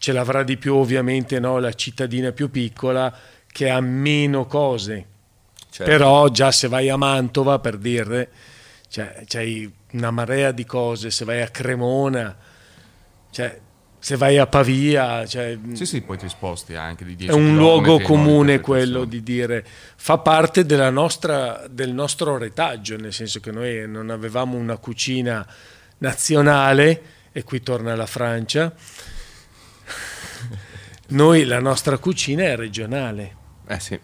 ce l'avrà di più ovviamente no, la cittadina più piccola che ha meno cose. Certo. Però già se vai a Mantova, per dire, cioè, c'hai una marea di cose, se vai a Cremona, cioè, se vai a Pavia, cioè, Sì, sì, poi ti sposti anche di 10 è un chilometri, luogo no, comune di quello frequenza. di dire fa parte della nostra, del nostro retaggio, nel senso che noi non avevamo una cucina nazionale e qui torna la *laughs* Francia. Noi la nostra cucina è regionale. Eh sì.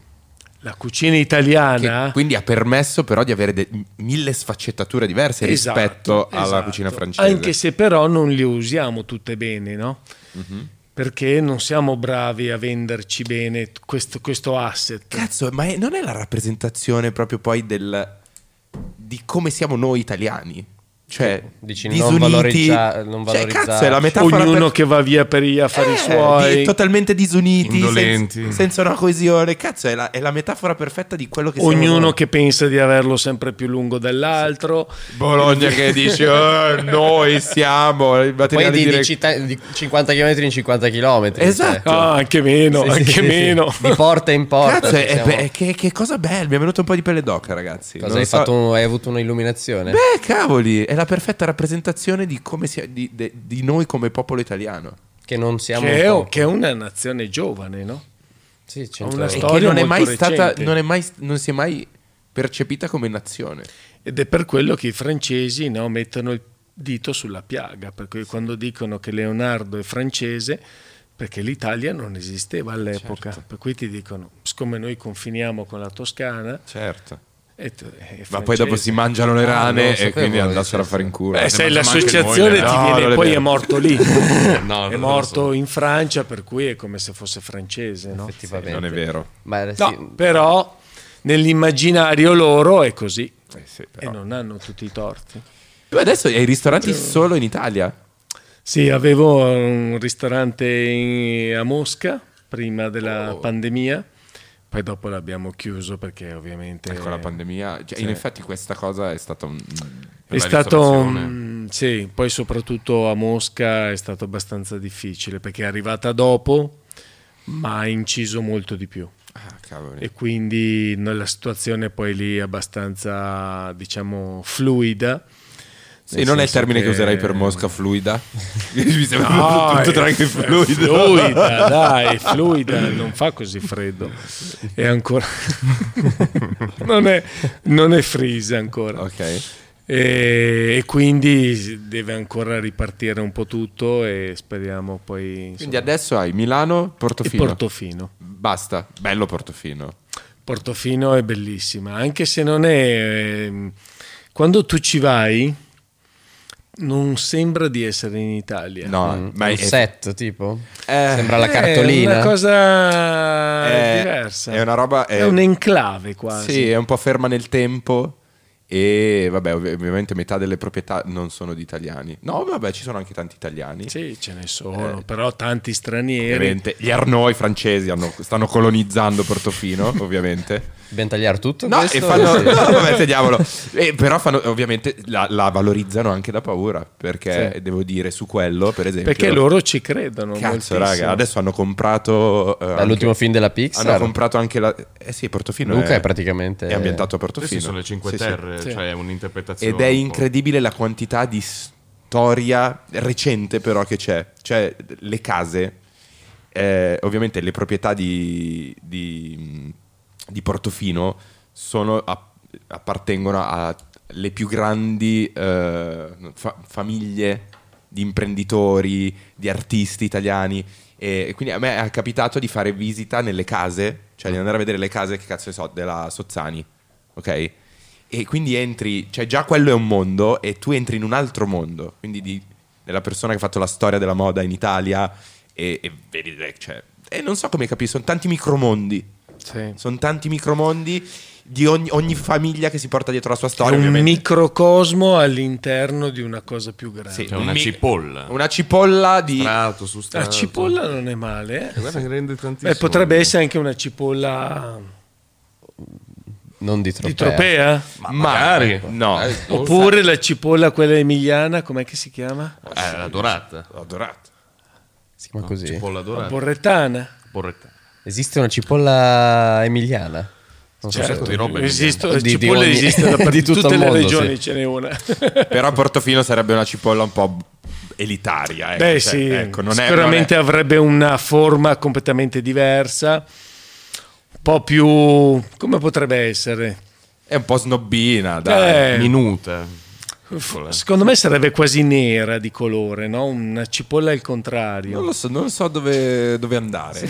La cucina Che italiana quindi ha permesso però di avere de- mille sfaccettature diverse Esatto, rispetto alla esatto. cucina francese. Anche se però non le usiamo tutte bene, no? Mhm. Perché non siamo bravi a venderci bene questo, questo asset. Cazzo, ma è- non è la rappresentazione proprio poi del... di come siamo noi italiani? Cioè, Dici, non disuniti... valorizza- Cioè, non valorizzare- cazzo, è la metafora Ognuno per- che va via per i affari Eh, suoi. di- totalmente disuniti, Indolenti. senza, senza una coesione. Cazzo, è la, è la metafora perfetta di quello che siamo Ognuno noi. che pensa di averlo sempre più lungo dell'altro. Bologna che dice "Eh, noi siamo i Poi materiali di, di di rec- città- di 50 km in 50 km. Esatto. Ah, anche meno, Sì, sì, anche sì, sì. meno. Di porta in porta. Cazzo, ci è- siamo- è- che, che cosa bella, mi è venuto un po' di pelle d'oca, ragazzi. Cosa, Non hai, so- fatto un- hai avuto un'illuminazione? Beh, cavoli, è la perfetta rappresentazione di, come sia- di- de- di noi come popolo italiano. che non siamo... Che un è, popolo. che è una nazione giovane, no? Sì, ha una cento- storia. E che non è molto mai stata, recente. non, è mai, non si è mai percepita come nazione. Ed è per quello che i francesi no, mettono il dito sulla piaga, perché quando dicono che Leonardo è francese, perché l'Italia non esisteva all'epoca, per cui ti dicono, siccome noi confiniamo con la Toscana, Certo. è- è Ma poi dopo francese. si mangiano le non rane lo e sapevo quindi che andassero a esistesse. fare in culo. Beh, Eh, sai, se mangiamo anche l'associazione noi, ti no, non viene è poi vero. è morto lì. non è lo morto so. in Francia, per cui è come se fosse francese, no? effettivamente. Non è vero. Ma era- No, sì, però nell'immaginario loro è così Eh sì, e però. non hanno tutti i torti. Tu adesso hai i ristoranti solo in Italia? Sì, avevo un ristorante in- a Mosca prima della Oh. pandemia, poi dopo l'abbiamo chiuso perché ovviamente Con la pandemia. Cioè, Eh, sì. In effetti questa cosa è stata un... è la stato ristorazione. mm, sì, poi soprattutto a Mosca è stato abbastanza difficile perché è arrivata dopo, ma ha inciso molto di più. Ah, cavoli. e quindi no, la situazione poi lì è abbastanza diciamo fluida Sì, non è il termine che... userai per *laughs* Mosca fluida. Mi sembra No, tutto Ah, è- tranne è fluido. fluida dai fluida non fa così freddo è ancora *laughs* non, è, non è freeze ancora Ok. e, e quindi deve ancora ripartire un po' tutto e speriamo poi Quindi insomma, adesso hai Milano, il Portofino. Portofino Basta, bello Portofino. Portofino è bellissima, anche se non è... ehm, Quando tu ci vai, non sembra di essere in Italia. No, ma mm, è, un set, tipo? Eh, Sembra la Eh, cartolina. È una cosa È- diversa. è una roba- È, è- un enclave quasi. sì, è un po' ferma nel tempo e vabbè, ov- ovviamente metà delle proprietà non sono di italiani. No, vabbè, ci sono anche tanti italiani. Sì, ce ne Eh. sono, però tanti stranieri. Ovviamente, gli Arnoi francesi hanno- stanno *laughs* colonizzando Portofino, ovviamente. Dobbiamo tagliare tutto No, questo? e fanno, Sì. no, vabbè, teniamolo. E però fanno, ovviamente la, la valorizzano anche da paura, perché Sì. devo dire su quello, per esempio... Perché loro ci credono Cazzo, moltissimo. raga, adesso hanno comprato... eh, Dall'ultimo anche- film della Hanno Pixar. comprato anche la... Eh sì, Portofino è, Luca è praticamente- È ambientato a Queste Portofino. sono le Cinque Sì, sì. Terre, Sì. cioè è un'interpretazione. Ed è un po'. incredibile la quantità di storia recente però che c'è. Cioè, le case, eh, ovviamente le proprietà di, di- di Portofino sono a- appartengono alle più grandi eh, fa- famiglie di imprenditori, di artisti italiani. E quindi a me è capitato di fare visita nelle case, cioè di andare a vedere le case, che cazzo ne so, della Sozzani, ok? E quindi entri, cioè già quello è un mondo e tu entri in un altro mondo, quindi di- della persona che ha fatto la storia della moda in Italia e, e vedi, eh, cioè, e non so come capire, sono tanti micromondi, Sì. sono tanti micromondi di ogni, ogni famiglia che si porta dietro la sua Cioè, È storia, un ovviamente. microcosmo all'interno di una cosa più grande. Sì, Cioè un una mi- cipolla. Una cipolla di... Strato su strato. La cipolla non è male. eh. Guarda che rende tantissimo. Beh, potrebbe essere anche una cipolla Non di di tropea. tropea. Ma magari. No, Eh, ho Oppure la cipolla, quella emiliana, com'è che si chiama? Eh, la dorata. adorato. Si chiama così? Cipolla dorata. Borretana. Borretta. Esiste una cipolla emiliana? Non so Certo, se- di roba esisto- di- di cipolle ogni- esiste *laughs* da per- di tutto tutte il le mondo, regioni sì. ce n'è una. Però a Portofino sarebbe una cipolla un po' elitaria. *laughs* Ecco, Beh, cioè, sì, ecco, non è- sicuramente non avrebbe una forma completamente diversa, un po' più come potrebbe essere. è, è un po' snobbina, dai. Eh, Minuta. f- secondo me sarebbe quasi nera di colore, no? Una cipolla al contrario. Non lo so, non so dove, dove andare. *laughs*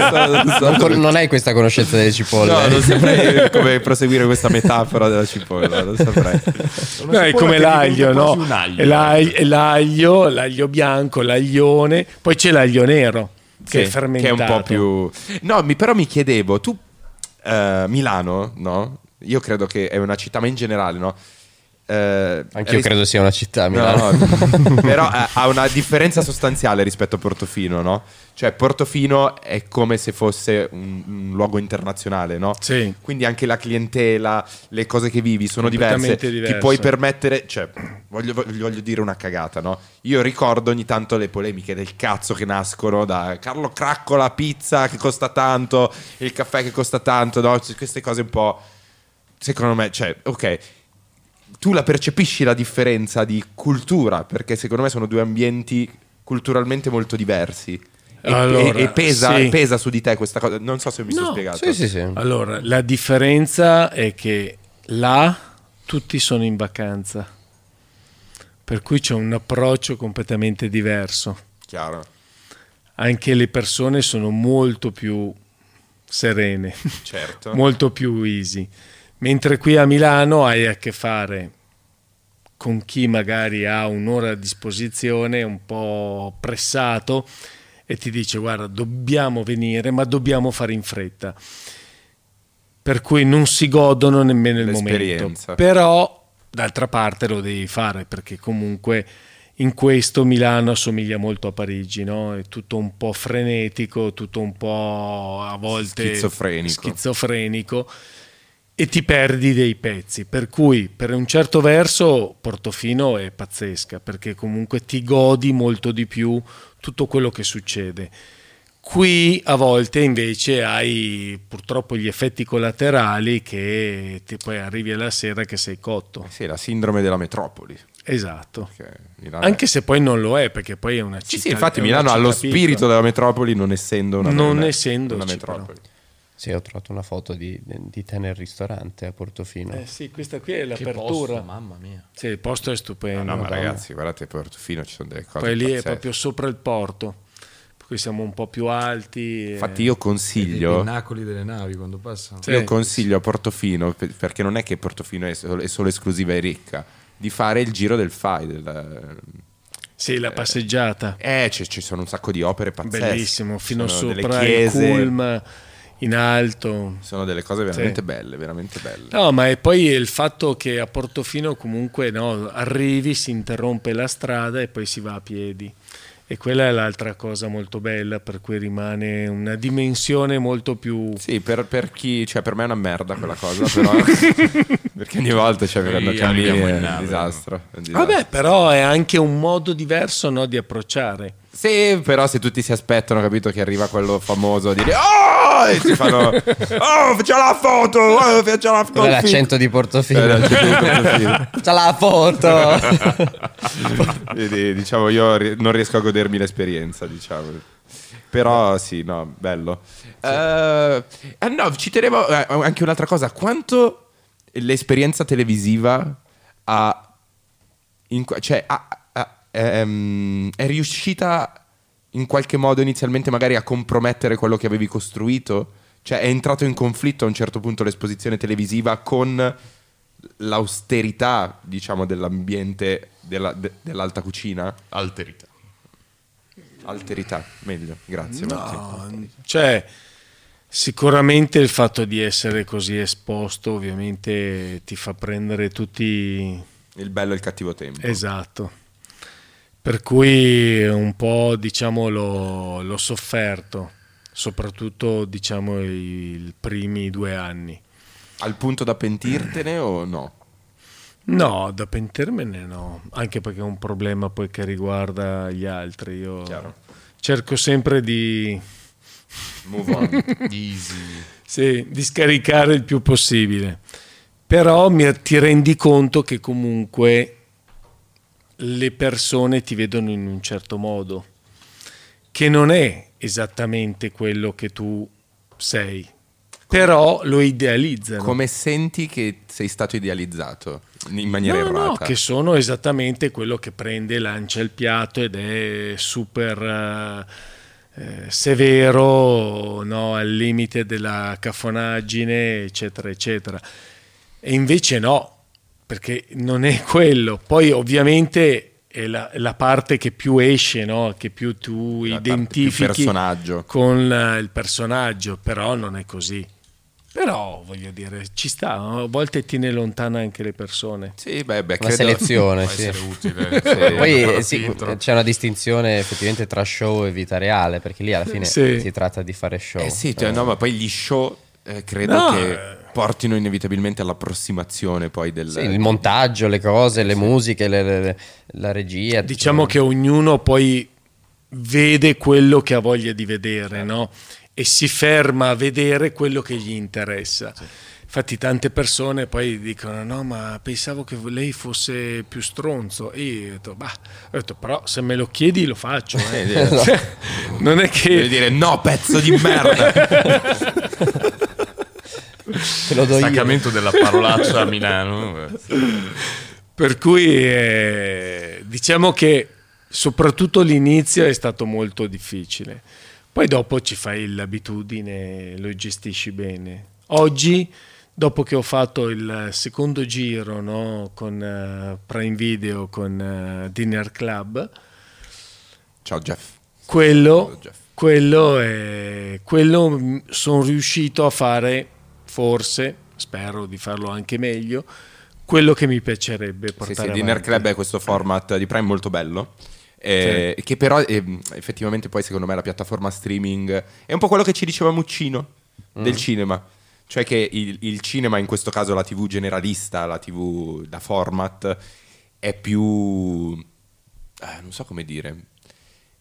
Esatto. Non, con- non hai questa conoscenza delle cipolle. No, non *laughs* saprei come proseguire questa metafora della cipolla, non saprei. No, è come l'aglio, no? È l'ag- eh. è l'aglio, l'aglio bianco, l'aglione, poi c'è l'aglio nero che è Sì, fermentato. Che è un po' più... No, mi- però mi chiedevo, tu... eh, Milano, no? Io credo che è una città, ma in generale, no? Eh, Anche io ris- credo sia una città. No, Milano. no, però ha ha una differenza sostanziale rispetto a Portofino, no? Cioè Portofino è come se fosse un, un luogo internazionale, no? Sì. Quindi anche la clientela, le cose che vivi sono diverse. Completamente diverse. Ti puoi permettere, cioè, voglio, voglio- voglio dire una cagata, no? Io ricordo ogni tanto le polemiche del cazzo che nascono da Carlo Craccola, pizza che costa tanto, il caffè che costa tanto, no? C- Queste cose un po'... Secondo me, cioè, ok, tu la percepisci la differenza di cultura, perché secondo me sono due ambienti culturalmente molto diversi. E, Allora, e- e pesa, sì. pesa su di te questa cosa. Non so se mi No, sono spiegato. Sì, sì, sì. Allora, la differenza è che là tutti sono in vacanza, per cui c'è un approccio completamente diverso. Chiaro. Anche le persone sono molto più serene, *laughs* Certo. molto più easy. Mentre qui a Milano hai a che fare con chi magari ha un'ora a disposizione, un po' pressato, e ti dice guarda dobbiamo venire, ma dobbiamo fare in fretta. Per cui non si godono nemmeno il momento. L'esperienza. Però d'altra parte lo devi fare perché comunque in questo Milano assomiglia molto a Parigi, no? È tutto un po' frenetico, tutto un po' a volte Schizofrenico. schizofrenico e ti perdi dei pezzi. Per cui, per un certo verso, Portofino è pazzesca, perché comunque ti godi molto di più tutto quello che succede. Qui a volte invece hai purtroppo gli effetti collaterali che ti- poi arrivi alla sera che sei cotto. Eh Sì, la sindrome della metropoli. Esatto. che Milano Anche è- se poi non lo è, perché poi è una città. Sì, sì, infatti è una Milano ha città lo piccola. spirito della metropoli non essendo una, Non una- essendoci, una metropoli. Sì, ho trovato una foto di, di te nel ristorante a Portofino. Eh sì, questa qui è l'apertura. mamma mia. Sì, il posto è stupendo. Eh, No, ma Madonna. ragazzi, guardate, Portofino ci sono delle cose Poi lì è pazzesche. proprio sopra il porto, per cui siamo un po' più alti. eh, e- Infatti io I consiglio... pinnacoli delle navi quando passano. Sì. Io consiglio a Portofino, pe- perché non è che Portofino è solo, è solo esclusiva e ricca, di fare il giro del FAI. del- Sì, la passeggiata, Eh, ci, ci sono un sacco di opere pazzesche. bellissimo, fino Sono delle sopra il chiese, culm, in alto. Sono delle cose veramente Sì. belle, veramente belle. No, ma e poi il fatto che a Portofino comunque no, arrivi, si interrompe la strada e poi si va a piedi. E quella è l'altra cosa molto bella, per cui rimane una dimensione molto più... Sì, per, per chi, cioè per me è una merda quella cosa, *laughs* però perché ogni volta cioè, c'è Noi veramente arriviamo in un nave, disastro. è un disastro. Vabbè, però è anche un modo diverso no, di approcciare. Sì, però se tutti si aspettano, capito, che arriva quello famoso a dire Oh! E ti *laughs* fanno Oh, facciamo la foto! Oh, facciamo la foto! Qual è l'accento di Portofino? Eh, l'accento di Portofino. *laughs* C'ha la *laughs* foto! Quindi, diciamo, io ri- non riesco a godermi l'esperienza, diciamo. Però sì, no, bello. Eh, eh, no, ci tenevo eh, anche un'altra cosa. Quanto l'esperienza televisiva ha, in qua- cioè, ha- ha- ehm, è riuscita in qualche modo inizialmente magari a compromettere quello che avevi costruito? Cioè è entrato in conflitto a un certo punto l'esposizione televisiva con l'austerità, diciamo, dell'ambiente della- de- dell'alta cucina? *laughs* Alterità. Alterità, meglio, grazie. Martino. Cioè, sicuramente il fatto di essere così esposto ovviamente ti fa prendere tutti... Il bello e il cattivo tempo. Esatto. Per cui un po' diciamo l'ho, l'ho sofferto, soprattutto diciamo i i primi due anni. Al punto da pentirtene o no? No, da pentirmene no, anche perché è un problema poi che riguarda gli altri. Io Chiaro. cerco sempre di Move Eh, on. Easy. Sì, di scaricare il più possibile. Però mi- ti rendi conto che comunque le persone ti vedono in un certo modo, che non è esattamente quello che tu sei, però lo idealizzano. Come senti che sei stato idealizzato in maniera No, no, errata? che sono esattamente quello che prende, lancia il piatto ed è super eh, eh, severo, no, al limite della cafonaggine, eccetera, eccetera. E invece no, perché non è quello. Poi ovviamente è la, è la parte che più esce, no, che più tu La parte più identifichi personaggio. con eh, il personaggio, però non è così. Però voglio dire, ci sta, no? a volte tiene lontana anche le persone. Sì, beh, beh, Una credo- selezione, Può sì. essere utile. *laughs* Sì. Poi Però eh, sì, filtro. c'è una distinzione effettivamente tra show e vita reale, perché lì alla fine Sì. si tratta di fare show. Eh sì, cioè, no, ma poi gli show eh, credo No, che portino inevitabilmente all'approssimazione poi del... Sì, il montaggio, le cose, le musiche, le- le- le- la regia. Diciamo che ognuno poi vede quello che ha voglia di vedere, no? E si ferma a vedere quello che gli interessa. Infatti tante persone poi dicono no ma pensavo che lei fosse più stronzo e io ho detto, bah, ho detto però se me lo chiedi lo faccio. eh." *laughs* non è Devi che... dire no, pezzo di *laughs* merda! *laughs* te lo do io. Staccamento della parolaccia a Milano. *laughs* Per cui eh, diciamo che soprattutto l'inizio è stato molto difficile. Poi dopo ci fai l'abitudine, lo gestisci bene. Oggi, dopo che ho fatto il secondo giro no, con eh, Prime Video, con eh, Dinner Club, Ciao Jeff. quello, Jeff. quello, è- quello sono riuscito a fare, forse, spero di farlo anche meglio, quello che mi piacerebbe Sì, portare sì, avanti. Dinner Club è questo format di Prime molto bello. eh, Che però ehm, effettivamente poi secondo me la piattaforma streaming è un po' quello che ci diceva Muccino Mm. del cinema. Cioè che il, il cinema, in questo caso la TV generalista, la TV da format, è più... eh, non so come dire.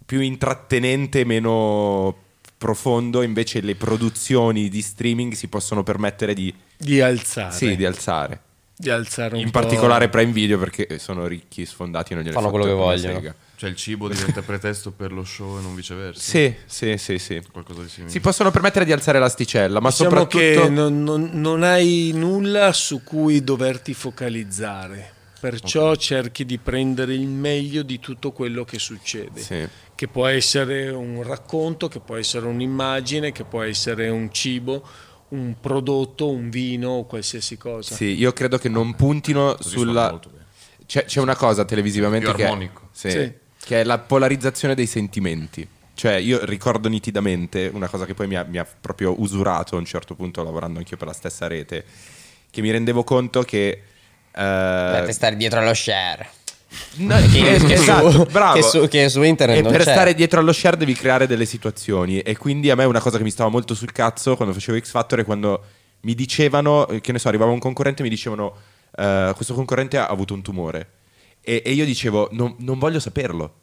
Più intrattenente, meno profondo. Invece le produzioni di streaming si possono permettere di, di alzare, sì, di alzare. di alzare un In po'. particolare Prime Video perché sono ricchi, sfondati, non gliene Fanno frega quello che una vogliono. sega. Cioè il cibo diventa pretesto per lo show e non viceversa. Sì, sì, sì, sì. Qualcosa di simile. Si possono permettere di alzare l'asticella, ma diciamo soprattutto... che non, non- non hai nulla su cui doverti focalizzare, perciò cerchi di prendere il meglio di tutto quello che succede. Sì. Che può essere un racconto, che può essere un'immagine, che può essere un cibo, un prodotto, un vino o qualsiasi cosa. Sì, io credo che non puntino Così suona sulla... molto bene. C'è, c'è una cosa televisivamente Più che, è, armonico. sì, Sì. che è la polarizzazione dei sentimenti. Cioè, io ricordo nitidamente una cosa che poi mi ha, mi ha proprio usurato a un certo punto, lavorando anch'io per la stessa rete, che mi rendevo conto che... eh, Per stare dietro allo share. No, Che- es- che su- esatto, che bravo. su- che su internet E non per c'è. stare dietro allo share devi creare delle situazioni. E quindi a me una cosa che mi stava molto sul cazzo quando facevo X Factor è quando mi dicevano, eh, che ne so, arrivava un concorrente e mi dicevano, eh, questo concorrente ha avuto un tumore. E, e io dicevo, non, non voglio saperlo.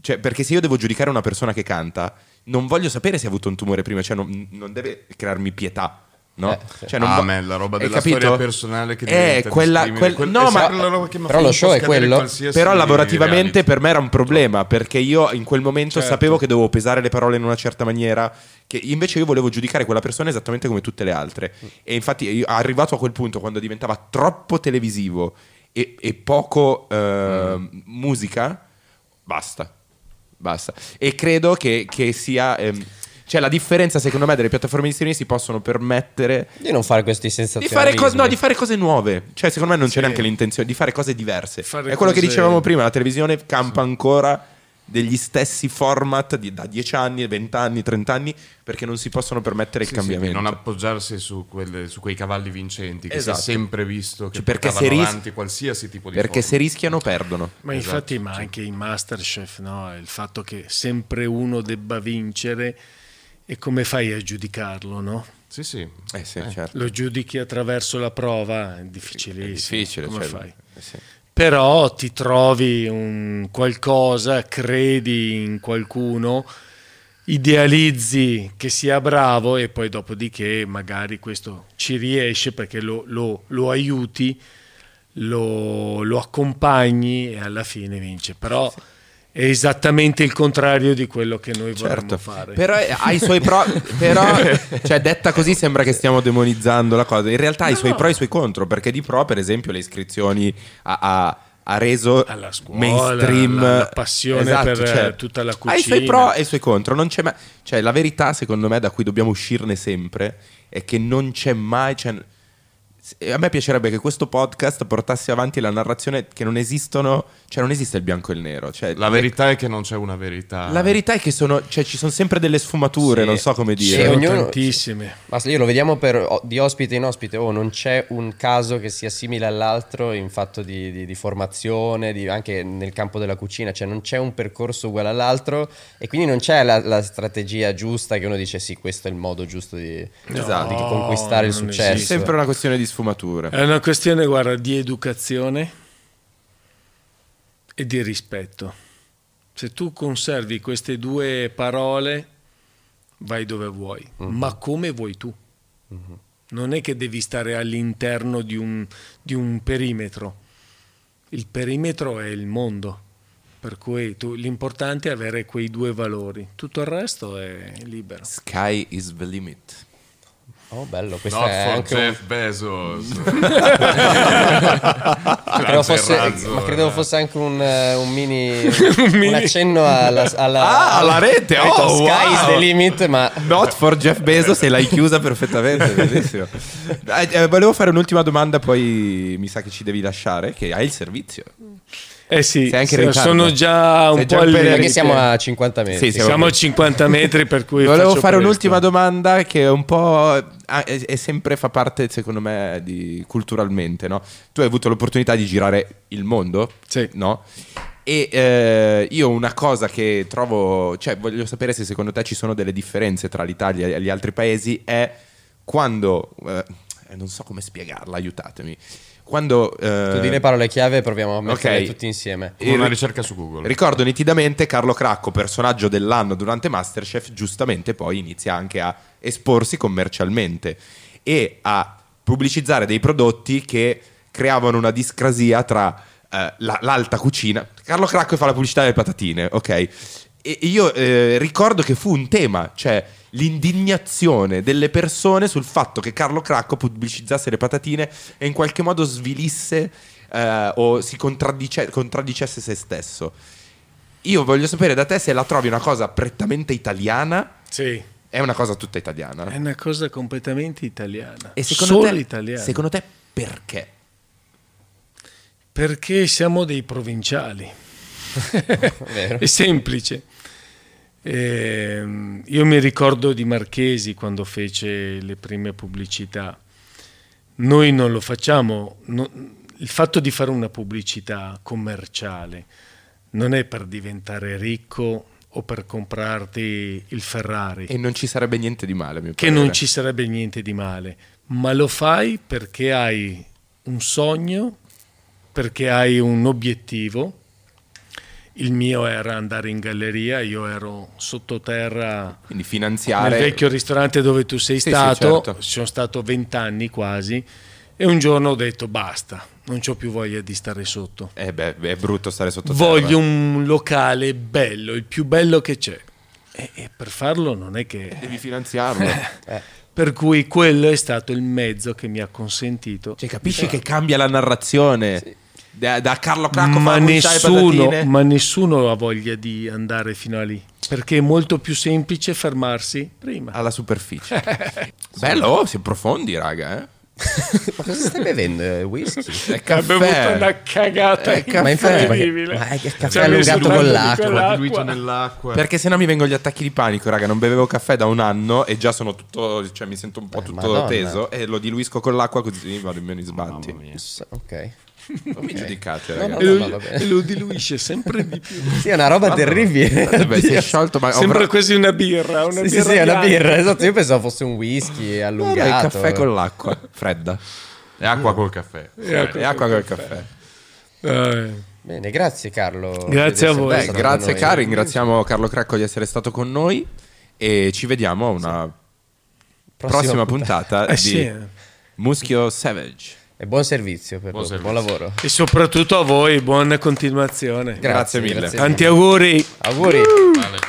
Cioè, perché se io devo giudicare una persona che canta, non voglio sapere se ha avuto un tumore prima, cioè non, non deve crearmi pietà. No? Eh, sì. Cioè, non Ah, vo- me, la roba Hai della storia personale che eh, diventa quella, discrimine, quel- quel- no, è ma sempre la roba che mi ha però lo fatto show è scadere quello, qualsiasi però lavorativamente reality. per me era un problema perché io in quel momento Certo. sapevo che dovevo pesare le parole in una certa maniera che invece io volevo giudicare quella persona esattamente come tutte le altre e infatti io, arrivato a quel punto quando diventava troppo televisivo e, e poco eh, Mm. musica basta basta e credo che, che sia ehm, cioè la differenza secondo me delle piattaforme di streaming si possono permettere Di non fare questi di sensazionalismi. fare, cose, no, di fare cose nuove. Cioè, secondo me non c'è neanche l'intenzione di fare cose diverse. Fare è quello che cose- dicevamo prima: la televisione campa ancora degli stessi format di- da 10 anni, 20 anni, 30 anni, perché non si possono permettere il Sì, sì, di cambiamento. non appoggiarsi su, quelle- su quei cavalli vincenti che Esatto. si è sempre visto che Cioè, perché portavano se ris- avanti qualsiasi tipo di perché forma. se rischiano, perdono. Ma esatto, infatti, ma anche in Masterchef, no? il fatto che sempre uno debba vincere e come fai a giudicarlo, no? Sì, sì. Eh sì, certo. Lo giudichi attraverso la prova? È difficilissimo. È difficile. Come cioè, fai? eh sì. Però ti trovi un qualcosa, credi in qualcuno idealizzi che sia bravo e poi dopodiché magari questo ci riesce perché lo, lo- lo aiuti, lo, lo accompagni e alla fine vince. Però è esattamente il contrario di quello che noi vorremmo fare. Però eh, ha i *laughs* suoi pro. però, cioè, detta così sembra che stiamo demonizzando la cosa. In realtà ha i suoi pro e i suoi contro. Perché di pro, per esempio, le iscrizioni ha, ha- ha reso Alla scuola, mainstream Esatto, cioè, alla- alla passione per, eh, tutta la Ha i suoi cucina. pro e i suoi contro. Non c'è mai- cioè, la verità, secondo me, da cui dobbiamo uscirne sempre è che non c'è mai. cioè, e a me piacerebbe che questo podcast portasse avanti la narrazione che non esistono, cioè non esiste il bianco e il nero. Cioè, La verità è che non c'è una verità. la verità è che sono, cioè, ci sono sempre delle sfumature, Sì. non so come Sì, dire. Sono ognuno- tantissime. Ma se io lo vediamo per- o- di ospite in ospite, oh, non c'è un caso che sia simile all'altro in fatto di, di- di formazione, di- anche nel campo della cucina, cioè non c'è un percorso uguale all'altro e quindi non c'è la, la strategia giusta che uno dice sì, questo è il modo giusto di, Esatto. di conquistare il No, non successo. È sempre una questione di sfumature. È una questione, guarda, di educazione e di rispetto. Se tu conservi queste due parole, vai dove vuoi, Mm-hmm. ma come vuoi tu. Non è che devi stare all'interno di un, di un perimetro. Il perimetro è il mondo, per cui tu- l'importante è avere quei due valori. Tutto il resto è libero. Sky is the limit. Oh, bello, questo Not è for anche un... Jeff Bezos. *laughs* Credevo Credevo fosse- ma credevo fosse anche un, eh, un mini, *laughs* mini- un accenno alla, alla, Ah, alla rete, Ho detto, oh, Sky is wow. the limit, ma Not for Jeff Bezos e l'hai chiusa *laughs* perfettamente. bellissimo. Eh, eh, volevo fare un'ultima domanda, poi mi sa che ci devi lasciare. Che hai il servizio. Eh sì, Sei anche in se- ritardo. sono già un Sei po' già al un po' in limite. perché siamo a 50 Sì, metri. sì, Siamo a 50 metri per cui Volevo faccio fare presto. un'ultima domanda che è un po'. ah, è, è sempre fa parte, secondo me, di, culturalmente. No? Tu hai avuto l'opportunità di girare il mondo, Sì. no? E eh, io una cosa che trovo, cioè voglio sapere se secondo te ci sono delle differenze tra l'Italia e gli altri paesi, è quando, eh, non so come spiegarla, aiutatemi, quando... eh, Tu di le parole chiave e proviamo a metterle ok. tutti insieme. Eh, Una ri- ricerca su Google. Ricordo nitidamente Carlo Cracco, personaggio dell'anno durante Masterchef, giustamente poi inizia anche a esporsi commercialmente e a pubblicizzare dei prodotti che creavano una discrasia tra eh, la- l'alta cucina. Carlo Cracco fa la pubblicità delle patatine, ok? E io eh, ricordo che fu un tema, cioè l'indignazione delle persone sul fatto che Carlo Cracco pubblicizzasse le patatine e in qualche modo svilisse eh, o si contraddice- contraddicesse se stesso. Io voglio sapere da te se la trovi una cosa prettamente italiana, Sì, è una cosa tutta italiana. è una cosa completamente italiana. E Eh, Solo secondo te, italiana. secondo te perché? Perché siamo dei provinciali. Vero. è semplice. Ehm, io mi ricordo di Marchesi quando fece le prime pubblicità. Noi non lo facciamo. no- il fatto di fare una pubblicità commerciale non è per diventare ricco o per comprarti il Ferrari. E non ci sarebbe niente di male, a mio che parere. non ci sarebbe niente di male, ma lo fai perché hai un sogno, perché hai un obiettivo. Il mio era andare in galleria, io ero sottoterra Quindi nel finanziare... vecchio ristorante dove tu sei Sì, sì, stato, certo. ci sono stato vent'anni quasi, e un giorno ho detto basta, non ho più voglia di stare sotto. Eh beh, è brutto stare sotto Voglio terra. un locale bello, il più bello che c'è. E, e per farlo non è che... *laughs* Devi finanziarlo. Eh. Per cui quello è stato il mezzo che mi ha consentito. Cioè, capisci che cambia la narrazione? Da, da Carlo Cracco Ma fa nessuno, nessuno, ma nessuno ha voglia di andare fino a lì. Perché è molto più semplice fermarsi prima. alla *laughs* superficie. Bello, oh, si profondi, raga, eh. Ma cosa stai bevendo? Eh, Whisky? È caffè. cagata Eh, caffè. ma infatti, ma che, Incredibile. Cioè, ma che Ci caffè ha allungato messo con tanto di l'acqua? quella- Diluito L'acqua. nell'acqua. Perché sennò mi vengono gli attacchi di panico, raga. Non bevevo caffè da un anno e già sono tutto. Cioè, mi sento un po' tutto Eh, Madonna. teso. E lo diluisco con l'acqua così vado in meno in sbatti. Mamma mia. Ok. non *laughs* mi giudicate, No, raga. no, E Ma lo, va bene. e lo diluisce sempre di più. Sì, è una roba *laughs* terribile. Vabbè, Eh si è sciolto, ma Sembra avrà- quasi una birra. Una Sì, sì, birra sì, è una bianca. birra. Esatto, io pensavo fosse un whisky allungato. avrà il caffè con l'acqua fredda È acqua col caffè. e acqua col caffè. Eh, Bene, grazie Carlo. Grazie a Di essere voi. Beh, stato con grazie, noi. cari. Ringraziamo Carlo Cracco di essere stato con noi. E ci vediamo a una prossima, puntata Eh di sì. Muschio Savage. E buon servizio per Buon voi, servizio. buon lavoro. E soprattutto a voi, buona continuazione. Grazie mille. Tanti auguri. Auguri. Vale.